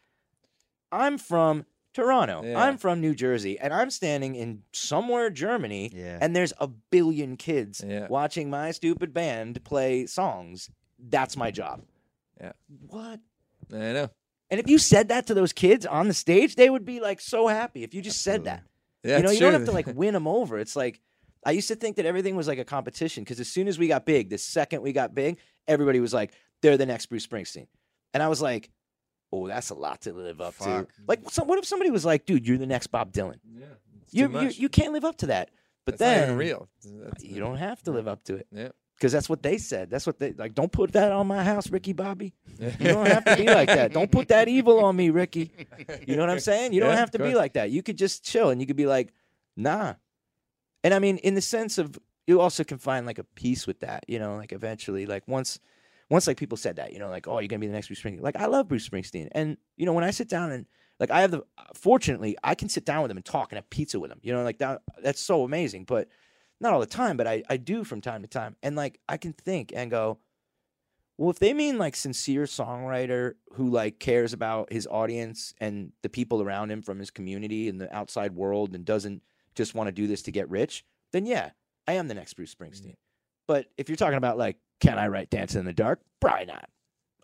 Speaker 6: I'm from Toronto.
Speaker 2: Yeah.
Speaker 6: I'm from New Jersey, and I'm standing in somewhere Germany
Speaker 1: yeah.
Speaker 6: and there's a billion kids
Speaker 2: Yeah.
Speaker 6: watching my stupid band play songs. That's my job.
Speaker 2: Yeah.
Speaker 6: What?
Speaker 2: I know.
Speaker 6: And if you said that to those kids on the stage, they would be like so happy if you just said that.
Speaker 1: Absolutely.
Speaker 2: Yeah,
Speaker 6: you know,
Speaker 2: it's
Speaker 6: you don't
Speaker 2: true.
Speaker 6: have to like win them over. It's like I used to think that everything was like a competition because as soon as we got big, the second we got big, everybody was like, "They're the next Bruce Springsteen," and I was like, "Oh, that's a lot to live up
Speaker 1: Fuck.
Speaker 6: to." Like, so, what if somebody was like, "Dude, you're the next Bob Dylan.
Speaker 2: Yeah, it's too
Speaker 6: You you,
Speaker 2: much.
Speaker 6: you can't live up to that." But
Speaker 2: That's not even
Speaker 6: then
Speaker 2: real. That's-
Speaker 6: you don't have to live up to it.
Speaker 2: Yeah.
Speaker 6: Because that's what they said. That's what they like. Don't put that on my house, Ricky Bobby. You don't have to be like that. Don't put that evil on me, Ricky. You know what I'm saying? You don't
Speaker 2: Yeah,
Speaker 6: have
Speaker 2: of
Speaker 6: to be
Speaker 2: course.
Speaker 6: like that. You could just chill and you could be like, nah. And I mean, in the sense of you also can find like a peace with that, you know, like eventually, like once once like people said that, you know, like, oh, you're gonna be the next Bruce Springsteen. Like I love Bruce Springsteen. And you know, when I sit down and like I have the fortunately, I can sit down with him and talk and have pizza with him. You know, like that that's so amazing. But not all the time, but I, I do from time to time. And like I can think and go, well, if they mean like sincere songwriter who like cares about his audience and the people around him from his community and the outside world and doesn't just want to do this to get rich, then yeah, I am the next Bruce Springsteen. But if you're talking about like, can I write Dancing in the Dark? Probably not.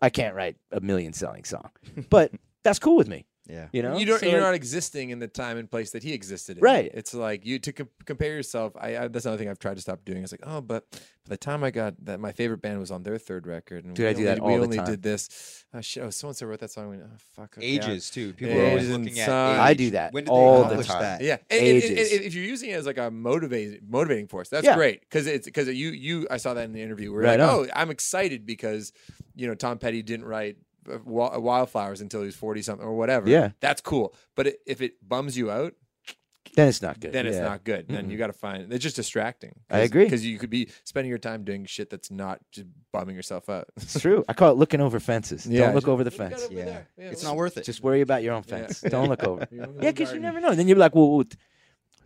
Speaker 6: I can't write a million selling song. But that's cool with me.
Speaker 1: Yeah.
Speaker 6: You know?
Speaker 2: You don't,
Speaker 6: So,
Speaker 2: you're
Speaker 6: like-
Speaker 2: not existing in the time and place that he existed in.
Speaker 6: Right.
Speaker 2: It's like you to com- compare yourself. I, I that's another thing I've tried to stop doing. It's like, oh, but by the time I got that, my favorite band was on their third record, and
Speaker 6: Dude,
Speaker 2: we
Speaker 6: I do
Speaker 2: only,
Speaker 6: that
Speaker 2: we
Speaker 6: all the
Speaker 2: only
Speaker 6: time.
Speaker 2: did this. Oh shit! Oh, so and so wrote that song. I went, oh fuck. okay, I-
Speaker 1: Ages too. People
Speaker 2: Yeah.
Speaker 1: are always
Speaker 2: Ages
Speaker 1: looking at.
Speaker 2: inside.
Speaker 1: Age.
Speaker 6: I do that
Speaker 1: When did
Speaker 6: all
Speaker 1: they
Speaker 6: the
Speaker 1: accomplish
Speaker 6: time.
Speaker 1: that?
Speaker 2: Yeah, and, and- and-
Speaker 6: Ages.
Speaker 2: and if you're using it as like a motivating motivating force, that's
Speaker 6: Yeah.
Speaker 2: great because it's because you you I saw that in the interview where you're
Speaker 6: Right
Speaker 2: like,
Speaker 6: on.
Speaker 2: oh, I'm excited because you know Tom Petty didn't write uh, Wi- Wildflowers until he was forty something or whatever.
Speaker 6: Yeah.
Speaker 2: that's cool. But it, if it bums you out,
Speaker 6: then it's not good.
Speaker 2: then it's
Speaker 6: Yeah.
Speaker 2: not good. Then you got to find it's just distracting.
Speaker 6: I agree.
Speaker 2: because you could be spending your time doing shit that's not just bumming yourself out.
Speaker 6: It's true. I call it looking over fences.
Speaker 2: Yeah.
Speaker 6: Don't look over the fence.
Speaker 1: Yeah. It's not worth it.
Speaker 6: Just worry about your own fence. Don't look over.
Speaker 2: Your own
Speaker 6: yeah,
Speaker 2: little
Speaker 6: because you
Speaker 2: garden.
Speaker 6: never know. Then you're like, well, well, t-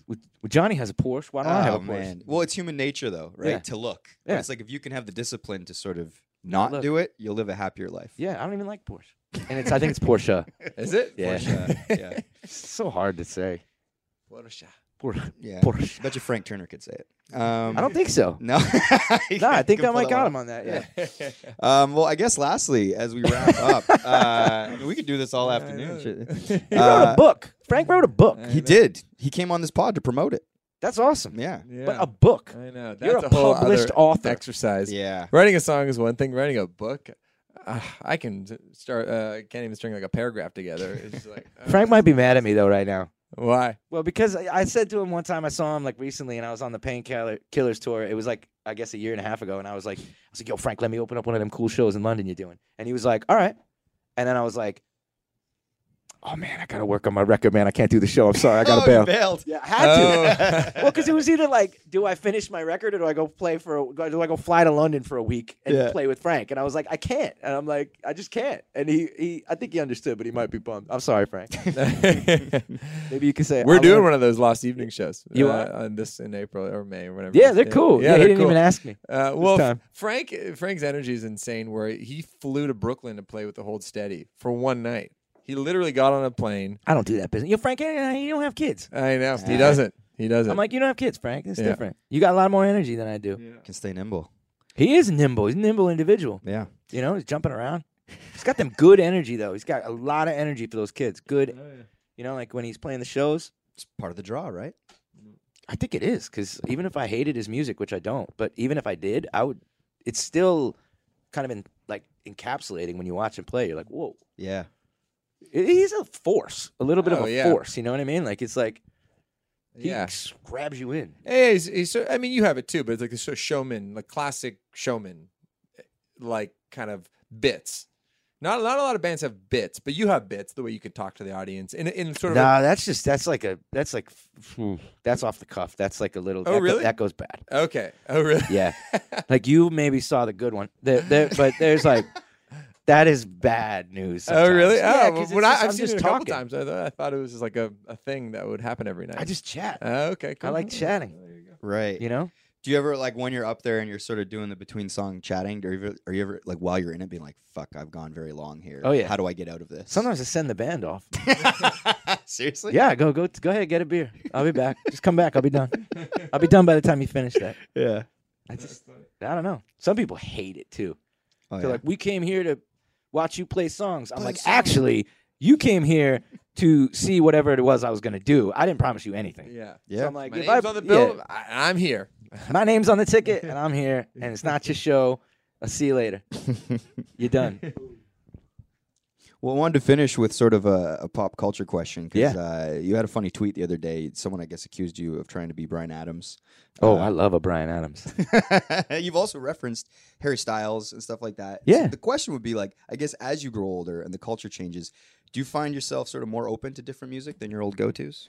Speaker 6: well, Johnny has a Porsche. Why don't I have a
Speaker 1: Oh,
Speaker 6: Porsche?
Speaker 1: man. Well, it's human nature though, right?
Speaker 6: Yeah.
Speaker 1: To look.
Speaker 6: Yeah.
Speaker 1: It's like if you can have the discipline to sort of
Speaker 6: Not
Speaker 1: not
Speaker 6: look.
Speaker 1: do it, you'll live a happier life.
Speaker 6: Yeah, I don't even like Porsche. And it's I think it's Porsche.
Speaker 2: Is it?
Speaker 6: Yeah.
Speaker 1: Porsche, yeah.
Speaker 6: It's so hard to say.
Speaker 2: Porsche.
Speaker 6: Por-
Speaker 1: Yeah.
Speaker 6: Porsche.
Speaker 1: Bet you Frank Turner could say it. Um,
Speaker 6: I don't think so.
Speaker 1: No.
Speaker 6: No, I think
Speaker 1: Can
Speaker 6: I
Speaker 1: pull
Speaker 6: might got
Speaker 1: one
Speaker 6: him on that. Yeah.
Speaker 1: Um, well, I guess lastly, as we wrap up, uh, we could do this all afternoon. shit.
Speaker 6: He wrote a
Speaker 1: Uh,
Speaker 6: book. Frank wrote a book.
Speaker 1: He did. He came on this pod to promote it.
Speaker 6: That's awesome.
Speaker 1: Yeah.
Speaker 2: Yeah.
Speaker 6: But a book.
Speaker 2: I know. That's
Speaker 6: You're a
Speaker 2: whole
Speaker 6: published
Speaker 2: other
Speaker 6: author.
Speaker 2: Exercise.
Speaker 1: Yeah.
Speaker 2: Writing a song is one thing. Writing a book, uh, I can t- start. Uh, can't even string like a paragraph together. It's just like uh,
Speaker 6: Frank might be mad at me though right now.
Speaker 2: Why?
Speaker 6: Well, because I, I said to him one time, I saw him like recently, and I was on the Painkiller Killers tour. It was like I guess a year and a half ago, and I was like, I was like, "Yo, Frank, let me open up one of them cool shows in London you're doing." And he was like, "All right," and then I was like, "Oh man, I gotta work on my record, man. I can't do the show. I'm sorry, I gotta
Speaker 1: oh,
Speaker 6: bail."
Speaker 1: He bailed.
Speaker 6: Yeah, I had to.
Speaker 2: Oh.
Speaker 6: well, because it was either like, do I finish my record or do I go play for? A, do I go fly to London for a week and
Speaker 1: Yeah.
Speaker 6: play with Frank? And I was like, I can't. And I'm like, I just can't. And he, he, I think he understood, but he might be bummed. I'm sorry, Frank. Maybe you could say
Speaker 2: We're
Speaker 6: I
Speaker 2: doing
Speaker 6: love-
Speaker 2: one of those last evening shows.
Speaker 6: You
Speaker 2: uh,
Speaker 6: are?
Speaker 2: on this in April or May or whatever.
Speaker 6: Yeah, they're cool. Yeah,
Speaker 2: they're
Speaker 6: he didn't
Speaker 2: cool.
Speaker 6: even ask me.
Speaker 2: Uh, well,
Speaker 6: time.
Speaker 2: F- Frank Frank's energy is insane. Where he flew to Brooklyn to play with the Hold Steady for one night. He literally got on a plane.
Speaker 6: I don't do that business. You Frank, eh, you don't have kids.
Speaker 2: I know he
Speaker 1: Yeah.
Speaker 2: doesn't. He doesn't.
Speaker 6: Ah. I'm like, you don't have kids, Frank. It's
Speaker 2: Yeah.
Speaker 6: different. You got a lot more energy than I do.
Speaker 1: Can stay nimble.
Speaker 6: He is nimble. He's a nimble individual.
Speaker 1: Yeah.
Speaker 6: You know, he's jumping around. He's got them good energy though. He's got a lot of energy for those kids.
Speaker 2: Oh,
Speaker 6: Good, you know, like when he's playing the shows.
Speaker 1: It's part of the draw, right?
Speaker 6: I think it is because even if I hated his music, which I don't, but even if I did, I would. It's still kind of in, like encapsulating when you watch him play. You're like, whoa,
Speaker 1: Yeah.
Speaker 6: I- he's a force, a little bit
Speaker 2: Oh,
Speaker 6: of a
Speaker 2: yeah.
Speaker 6: force. You know what I mean? Like it's like he
Speaker 2: yeah.
Speaker 6: s- grabs you in.
Speaker 2: Hey, he's, he's so, I mean, you have it too, but it's like a so- showman, like classic showman, like kind of bits. Not not a lot of bands have bits, but you have bits the way you can talk to the audience in in sort of. a-
Speaker 6: Nah, that's just that's like a that's like phew, that's off the cuff. That's like a little.
Speaker 2: Oh,
Speaker 6: that go-
Speaker 2: really?
Speaker 6: that goes bad.
Speaker 2: okay. Oh really?
Speaker 6: Yeah, like you maybe saw the good one, there, there, but there's like that is bad news.
Speaker 2: Oh really?
Speaker 6: sometimes. Yeah,
Speaker 2: oh,
Speaker 6: 'cause it's
Speaker 2: when I,
Speaker 6: just-
Speaker 2: have
Speaker 6: I'm
Speaker 2: seen
Speaker 6: just
Speaker 2: it a
Speaker 6: talking.
Speaker 2: couple times, I thought, I thought it was just like a, a thing that would happen every night.
Speaker 6: I just chat.
Speaker 2: Oh, okay. Cool.
Speaker 6: I like chatting.
Speaker 1: Right.
Speaker 6: You know.
Speaker 1: Do you ever like when you're up there and you're sort of doing the between song chatting? Or you ever, are you ever like while you're in it being like, "Fuck, I've gone very long here.
Speaker 6: Oh, yeah.
Speaker 1: How do I get out of this?"
Speaker 6: Sometimes I send the band off.
Speaker 1: Seriously.
Speaker 6: Yeah, go go go ahead, get a beer. I'll be back. Just come back. I'll be done. I'll be done by the time you finish that.
Speaker 1: Yeah.
Speaker 6: I just I don't know. Some people hate it too.
Speaker 1: Oh,
Speaker 6: They're
Speaker 1: yeah.
Speaker 6: like, we came here to watch you play songs. I'm
Speaker 1: Play
Speaker 6: like,
Speaker 1: songs.
Speaker 6: actually, you came here to see whatever it was I was gonna do. I didn't promise you anything.
Speaker 2: Yeah.
Speaker 1: yeah.
Speaker 6: So I'm like,
Speaker 2: My
Speaker 6: if
Speaker 2: name's
Speaker 6: I,
Speaker 2: on the
Speaker 6: yeah,
Speaker 2: bill. I, I'm here.
Speaker 6: my name's on the ticket, and I'm here, and it's not your show. I'll see you later. You're done.
Speaker 1: Well, I wanted to finish with sort of a, a pop culture question because
Speaker 6: Yeah.
Speaker 1: uh, you had a funny tweet the other day. Someone, I guess, accused you of trying to be Brian Adams.
Speaker 6: Oh, I love a Brian Adams.
Speaker 1: You've also referenced Harry Styles and stuff like that. So
Speaker 6: Yeah.
Speaker 1: the question would be like, I guess, as you grow older and the culture changes, do you find yourself sort of more open to different music than your old go tos?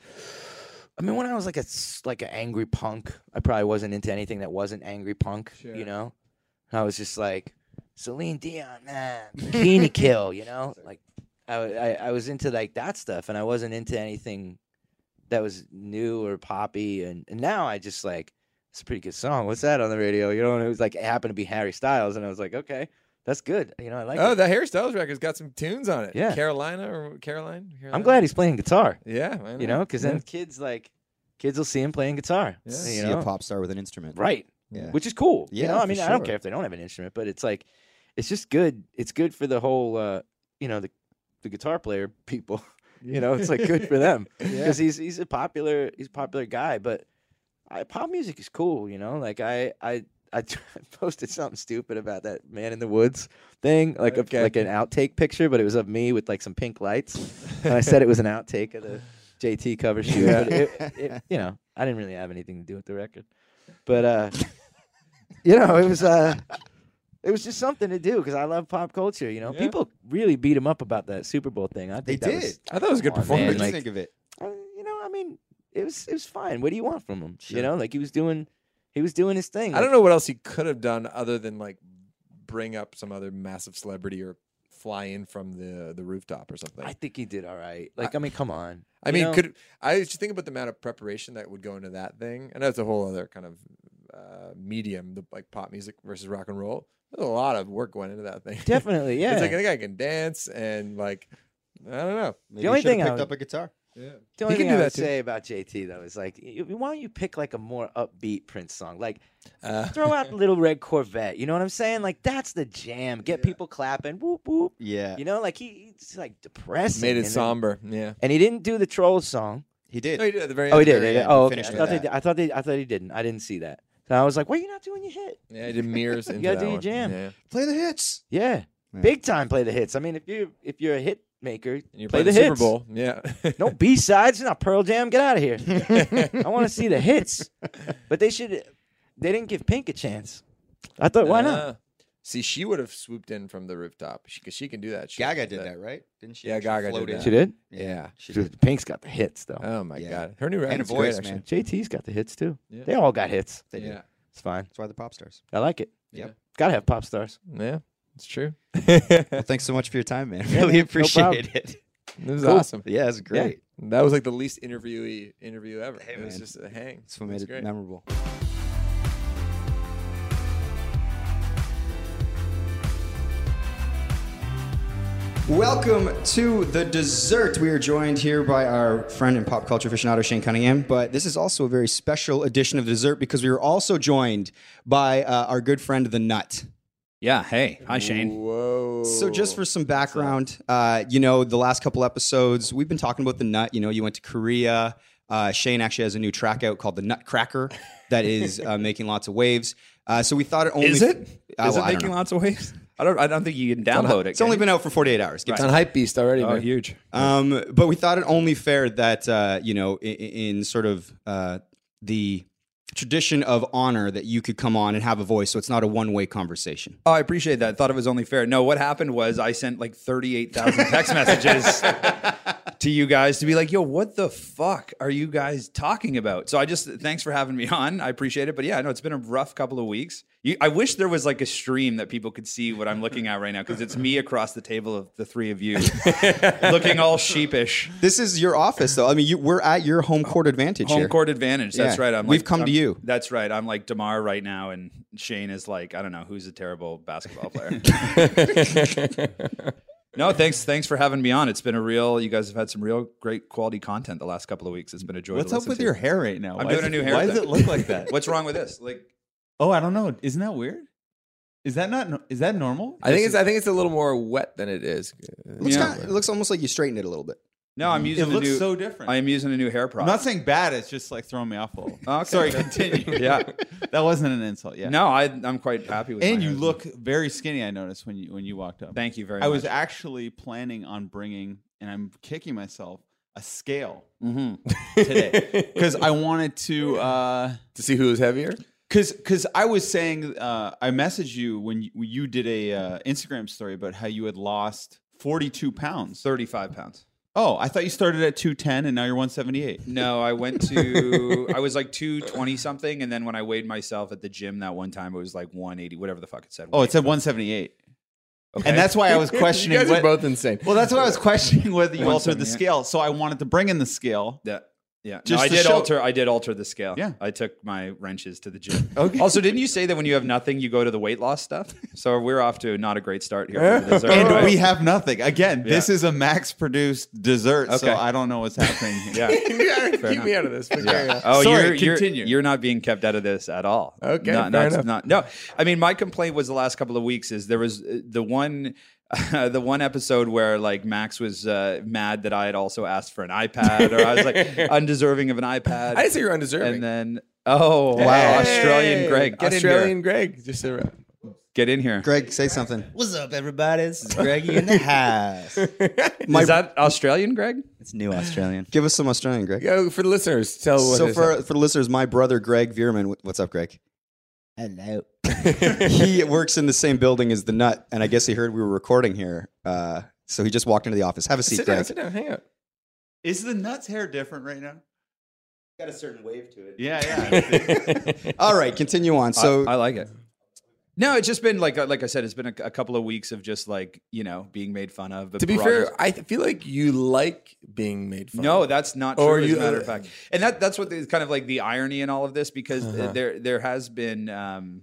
Speaker 6: I mean, when I was like a s- like an angry punk, I probably wasn't into anything that wasn't angry punk. You
Speaker 2: Sure.
Speaker 6: know, I was just like Celine Dion, man, Bikini Kill. You know, like I, wa- I I was into like that stuff, and I wasn't into anything that was new or poppy. And, and now I just like it's a pretty good song. What's that on the radio? You know, and it was like it happened to be Harry Styles, and I was like, okay, that's good. You know, I like.
Speaker 2: Oh,
Speaker 6: it.
Speaker 2: the hairstyles record's got some tunes on it.
Speaker 6: Yeah.
Speaker 2: Carolina or Caroline.
Speaker 6: I'm
Speaker 2: Carolina?
Speaker 6: glad he's playing guitar.
Speaker 2: Yeah, I
Speaker 6: You know, because then kids like kids will see him playing guitar.
Speaker 2: Yeah.
Speaker 6: Uh, You
Speaker 1: See
Speaker 6: know?
Speaker 1: a pop star with an instrument.
Speaker 6: right?
Speaker 1: Yeah.
Speaker 6: Which is cool. you
Speaker 1: Yeah,
Speaker 6: know? I
Speaker 1: for
Speaker 6: mean, I don't
Speaker 1: sure.
Speaker 6: care if they don't have an instrument, but it's like, it's just good. It's good for the whole, uh, you know, the the guitar player people. You know, it's like good for them because he's he's a popular he's a popular guy. But I, pop music is cool. You know, like I I. I posted something stupid about that man in the woods thing, like
Speaker 2: Okay.
Speaker 6: a, like an outtake picture, but it was of me with like some pink lights. and I said it was an outtake of the JT cover shoot.
Speaker 2: Yeah.
Speaker 6: But it, it, you know, I didn't really have anything to do with the record, but uh, you know, it was uh, it was just something to do because I love pop culture. You know,
Speaker 2: Yeah.
Speaker 6: people really beat him up about that Super Bowl thing. I
Speaker 1: They
Speaker 6: think that was-
Speaker 1: did.
Speaker 2: I thought it was a good
Speaker 6: Come on,
Speaker 1: What
Speaker 6: man,
Speaker 1: did
Speaker 2: performance.
Speaker 1: you
Speaker 6: like-
Speaker 1: think of it?
Speaker 6: uh, you know, I mean, it was it was fine. What do you want from him?
Speaker 1: Sure.
Speaker 6: You know, like he was doing he was doing his thing.
Speaker 2: I don't know what else he could have done other than like bring up some other massive celebrity or fly in from the the rooftop or something.
Speaker 6: I
Speaker 2: I,
Speaker 6: think he did all right. Like, I, mean, come on. you
Speaker 2: mean,
Speaker 6: know?
Speaker 2: could I just think about the amount of preparation that would go into that thing? And that's a whole other kind of uh, medium, the like pop music versus rock and roll. There's a lot of work went into that thing.
Speaker 6: definitely, yeah.
Speaker 2: It's like I think I can dance and like I don't know.
Speaker 1: Maybe
Speaker 6: only
Speaker 1: he should have
Speaker 6: thing I
Speaker 1: picked
Speaker 6: would-
Speaker 1: up a guitar.
Speaker 6: The only
Speaker 2: can
Speaker 6: thing
Speaker 2: do
Speaker 6: I
Speaker 2: that
Speaker 6: would
Speaker 2: too.
Speaker 6: say about JT though is like, y- why don't you pick like a more upbeat Prince song? Like,
Speaker 2: Uh,
Speaker 6: throw out Little Red Corvette. You know what I'm saying? Like, that's the jam. Get people clapping. Whoop whoop.
Speaker 1: Yeah,
Speaker 6: You know, like he, he's like depressing.
Speaker 2: made it
Speaker 6: and then-
Speaker 2: somber. Yeah.
Speaker 6: And he didn't do the Trolls song.
Speaker 1: he did.
Speaker 2: No, he did at the very
Speaker 6: Oh, he
Speaker 2: end.
Speaker 6: did.
Speaker 1: very
Speaker 6: yeah,
Speaker 1: end,
Speaker 6: yeah. Oh, okay. I
Speaker 1: finished with
Speaker 6: thought, they
Speaker 1: that.
Speaker 6: did. I thought they. I thought he didn't. I didn't see that. So I was like, "Why are you not doing your hit?"
Speaker 2: Yeah, he did mirrors. into
Speaker 6: gotta
Speaker 2: that
Speaker 6: do your
Speaker 2: one.
Speaker 6: jam.
Speaker 2: Yeah.
Speaker 1: Play the hits.
Speaker 6: Yeah.
Speaker 1: Yeah.
Speaker 6: big time. Play the hits. I mean, if you if you're a hit maker,
Speaker 2: And you
Speaker 6: play the
Speaker 2: Super
Speaker 6: hits.
Speaker 2: Bowl. Yeah.
Speaker 6: No B sides. Not Pearl Jam. Get out of here. I want to see the hits. But they should. They didn't give Pink a chance. I thought, why not?
Speaker 2: Uh, see, she would have swooped in from the rooftop because she, can do that. shit.
Speaker 1: Gaga did that, right? Didn't she?
Speaker 2: Yeah,
Speaker 1: She
Speaker 2: Gaga did
Speaker 1: floated.
Speaker 2: that.
Speaker 6: She did.
Speaker 2: Yeah.
Speaker 1: She did.
Speaker 6: Dude, Pink's got the hits though.
Speaker 2: Oh my
Speaker 1: Yeah.
Speaker 2: god, her new
Speaker 1: And a
Speaker 2: record's
Speaker 1: voice,
Speaker 2: great, actually.
Speaker 1: man.
Speaker 6: JT's got the hits too.
Speaker 2: Yeah.
Speaker 6: They all got hits.
Speaker 1: They did.
Speaker 2: Yeah,
Speaker 6: It's fine.
Speaker 1: That's why the pop stars.
Speaker 6: I like it.
Speaker 1: Yep.
Speaker 2: Yeah.
Speaker 6: Gotta have pop stars.
Speaker 2: yeah, it's true. it
Speaker 1: Well, thanks so much for your time, man.
Speaker 6: Yeah,
Speaker 1: really
Speaker 6: man. No
Speaker 1: appreciate
Speaker 6: problem.
Speaker 1: it.
Speaker 2: was
Speaker 6: Cool.
Speaker 2: awesome.
Speaker 1: Yeah, it's great.
Speaker 2: That was like the least interviewee interview ever. it was
Speaker 1: man.
Speaker 2: just a hang.
Speaker 1: That's what made
Speaker 2: It's
Speaker 1: it
Speaker 2: great.
Speaker 1: memorable. Welcome to the dessert. We are joined here by our friend and pop culture aficionado Shane Cunningham, but this is also a very special edition of dessert because we are also joined by uh, our good friend the Nut.
Speaker 4: Yeah. Hey. Hi, Shane.
Speaker 2: Whoa.
Speaker 1: So, just for some background, uh, you know, the last couple episodes, we've been talking about the nut. You know, you went to Korea. Uh, Shane actually has a new track out called The Nutcracker that is uh, making lots of waves. Uh, so, we thought it only.
Speaker 4: Is it? Is
Speaker 1: Uh, well, I
Speaker 4: it
Speaker 1: don't
Speaker 4: making
Speaker 1: know.
Speaker 4: lots of waves? I don't. I don't think you can download it.
Speaker 1: It's only
Speaker 4: can you?
Speaker 1: been out for 48 hours. Give
Speaker 2: it's
Speaker 1: it
Speaker 2: on hype beast already.
Speaker 4: oh,
Speaker 2: man.
Speaker 4: huge.
Speaker 1: Um, but we thought it only fair that uh, you know, in, in sort of uh, the tradition of honor, that you could come on and have a voice, so it's not a one-way conversation.
Speaker 4: Oh, I appreciate that. Thought it was only fair. No, what happened was I sent like thirty-eight thousand text messages to you guys to be like, "Yo, what the fuck are you guys talking about?" So I just thanks for having me on. I appreciate it. But yeah, I know it's been a rough couple of weeks. You, I wish there was like a stream that people could see what I'm looking at right now because it's me across the table of the three of you, looking all sheepish.
Speaker 1: This is your office, though. I mean, you, we're at your home court advantage.
Speaker 4: Home
Speaker 1: here.
Speaker 4: court advantage. That's
Speaker 1: Yeah.
Speaker 4: right. I'm
Speaker 1: We've
Speaker 4: like-
Speaker 1: come to
Speaker 4: I'm-
Speaker 1: you.
Speaker 4: That's right. I'm like Demar right now, and Shane is like I don't know who's a terrible basketball player. no, thanks. Thanks for having me on. It's been a real. You guys have had some real great quality content the last couple of weeks. It's been a joy.
Speaker 3: What's
Speaker 4: to
Speaker 3: up
Speaker 4: listen
Speaker 3: with
Speaker 4: to.
Speaker 3: your hair right now?
Speaker 4: I'm
Speaker 3: Why
Speaker 4: doing
Speaker 3: is
Speaker 4: a new
Speaker 3: it-
Speaker 4: hair.
Speaker 3: Why does it look like that?
Speaker 4: What's wrong with this? Like
Speaker 3: Oh, I don't know. Isn't that weird? Is that not? no- Is that normal?
Speaker 2: I think it's I think it's a little more wet than it is.
Speaker 1: Looks
Speaker 4: Yeah.
Speaker 1: kinda, it looks almost like you straightened it a little bit.
Speaker 4: no, I'm
Speaker 3: It
Speaker 4: using. a
Speaker 3: looks
Speaker 4: new,
Speaker 3: so different.
Speaker 4: I am using a new hair
Speaker 3: I'm
Speaker 4: product. Oh,
Speaker 3: not saying bad. It's just like throwing me off a little.
Speaker 4: Okay.
Speaker 3: Sorry, continue.
Speaker 4: Yeah.
Speaker 3: that wasn't an insult. Yeah.
Speaker 4: No, I, I'm quite happy with.
Speaker 3: And
Speaker 4: my
Speaker 3: you
Speaker 4: hair.
Speaker 3: look very skinny. I noticed when you when you walked up.
Speaker 4: Thank you very
Speaker 3: I
Speaker 4: much.
Speaker 3: was actually planning on bringing, and I'm kicking myself, a scale today because I wanted to. uh
Speaker 2: to see who is heavier.
Speaker 3: Cause, cause I was saying, uh, I messaged you when you, when you did a uh, Instagram story about how you had lost 42 pounds.
Speaker 4: thirty-five pounds.
Speaker 3: Oh, I thought you started at 210 and now you're 178.
Speaker 4: No, I went to I was like two twenty something, and then when I weighed myself at the gym that one time, it was like one eighty, whatever the fuck it said.
Speaker 3: Oh, it said 178.
Speaker 4: Okay.
Speaker 3: And that's why I was questioning.
Speaker 2: you guys
Speaker 3: what-
Speaker 2: are both insane.
Speaker 3: well, that's why I was questioning whether you altered the
Speaker 4: 178.
Speaker 3: scale. So I wanted to bring in the scale
Speaker 4: Yeah. Yeah.
Speaker 3: Just
Speaker 4: no, I
Speaker 3: to
Speaker 4: did
Speaker 3: show-
Speaker 4: alter. I did alter the scale.
Speaker 3: Yeah.
Speaker 4: I took my wrenches to the gym. Also, didn't you say that when you have nothing, you go to the weight loss stuff? So we're off to not a great start here. for the dessert,
Speaker 3: And
Speaker 4: right?
Speaker 3: we have nothing. Again, this
Speaker 4: Yeah.
Speaker 3: is a max produced dessert,
Speaker 4: Okay.
Speaker 3: so I don't know what's happening here.
Speaker 4: Yeah.
Speaker 2: Keep me out of this. But carry on.
Speaker 4: Oh,
Speaker 3: Sorry,
Speaker 4: you're, you're-
Speaker 3: continue.
Speaker 4: You're, not being kept out of this at all.
Speaker 2: Okay,
Speaker 4: No,
Speaker 2: fair
Speaker 4: that's
Speaker 2: enough.
Speaker 4: not- no. I mean, my complaint was the last couple of weeks is there was uh, the one. the one episode where like Max was uh, mad that I had also asked for an iPad, or I was like undeserving of an iPad.
Speaker 2: I didn't say you're undeserving.
Speaker 4: and then oh wow, Australian Greg, get
Speaker 2: Australian
Speaker 4: in here,
Speaker 2: Greg. Just sit around.
Speaker 4: get in here.
Speaker 1: Greg, say something.
Speaker 5: What's up, everybody? This is Greggy in the house.
Speaker 1: My-
Speaker 4: Is that Australian Greg?
Speaker 5: It's new Australian.
Speaker 1: Give us some Australian, Greg.
Speaker 2: Go for the listeners. Tell
Speaker 4: Oh,
Speaker 2: what
Speaker 1: so
Speaker 2: it
Speaker 1: for for the listeners, my brother Greg Vierman, wh- what's up, Greg?
Speaker 5: Hello.
Speaker 1: he works in the same building as the nut, and I guess he heard we were recording here, uh, so he just walked into the office. Have a
Speaker 2: is.
Speaker 1: seat,
Speaker 2: Sit
Speaker 1: Greg.
Speaker 2: down. Sit down. Hang out.
Speaker 3: Is the nuts hair different right now?
Speaker 5: Got a certain wave to it.
Speaker 3: Yeah, yeah.
Speaker 1: All right, continue on. So
Speaker 4: I, I like it. No, it's just been like uh, like I said, it's been a, a couple of weeks of just like you know being made fun of. But
Speaker 2: To be
Speaker 4: brought
Speaker 2: fair,
Speaker 4: us-
Speaker 2: I th- feel like you like being made fun.
Speaker 4: No,
Speaker 2: of.
Speaker 4: that's not true.
Speaker 2: Or
Speaker 4: as
Speaker 2: you-
Speaker 4: a matter
Speaker 3: uh,
Speaker 4: of fact, and that that's what is kind of like the irony in all of this because
Speaker 3: Uh-huh.
Speaker 4: th- there there has been. Um,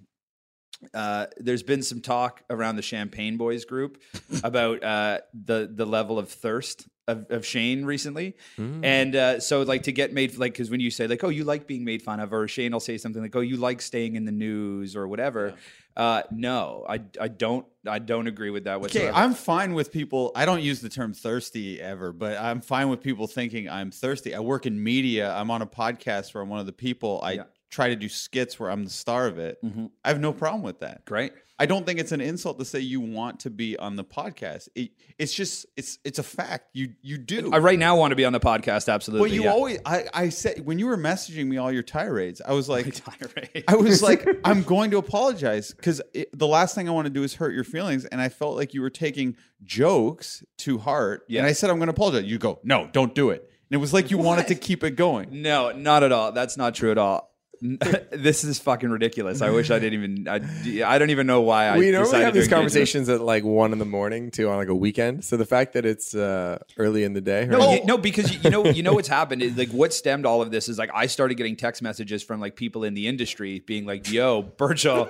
Speaker 4: uh, there's been some talk around the Champagne Boys group about uh, the the level of thirst of, of Shane recently,
Speaker 3: Mm.
Speaker 4: and uh, so like to get made like because when you say like oh you like being made fun of or Shane will say something like oh you like staying in the news or whatever. Uh, no, I I don't I don't agree with that
Speaker 3: Okay,
Speaker 4: whatsoever.
Speaker 3: I'm fine with people. I don't use the term thirsty ever, but I'm fine with people thinking I'm thirsty. I work in media. I'm on a podcast where I'm one of the people. I
Speaker 4: Yeah. Mm-hmm.
Speaker 3: try to do skits where I'm the star of it. I have no problem with that.
Speaker 4: Great.
Speaker 3: I don't think it's an insult to say you want to be on the podcast. It, it's just it's it's a fact. You you do.
Speaker 4: I right now want to be on the podcast. Absolutely.
Speaker 3: Well, you
Speaker 4: yeah.
Speaker 3: always I I said when you were messaging me all your tirades, I was like
Speaker 4: Tirade.
Speaker 3: I was like, I'm going to apologize because the last thing I want to do is hurt your feelings. And I felt like you were taking jokes to heart.
Speaker 4: Yeah.
Speaker 3: And I said, I'm going to apologize. You go, no, don't do it. And it was like you wanted to keep it going.
Speaker 4: No, not at all. That's not true at all. N- this is fucking ridiculous. I wish I didn't even. I, I don't even know why I.
Speaker 2: we normally
Speaker 4: decided
Speaker 2: have
Speaker 4: to
Speaker 2: these
Speaker 4: engage in this.
Speaker 2: conversations at like one in the morning too on like a weekend. So the fact that it's uh, early in the day,
Speaker 4: No,
Speaker 2: right?
Speaker 4: you- no, because you, you know, you know what's happened is like what stemmed all of this is like I started getting text messages from like people in the industry being like, "Yo, Birchall,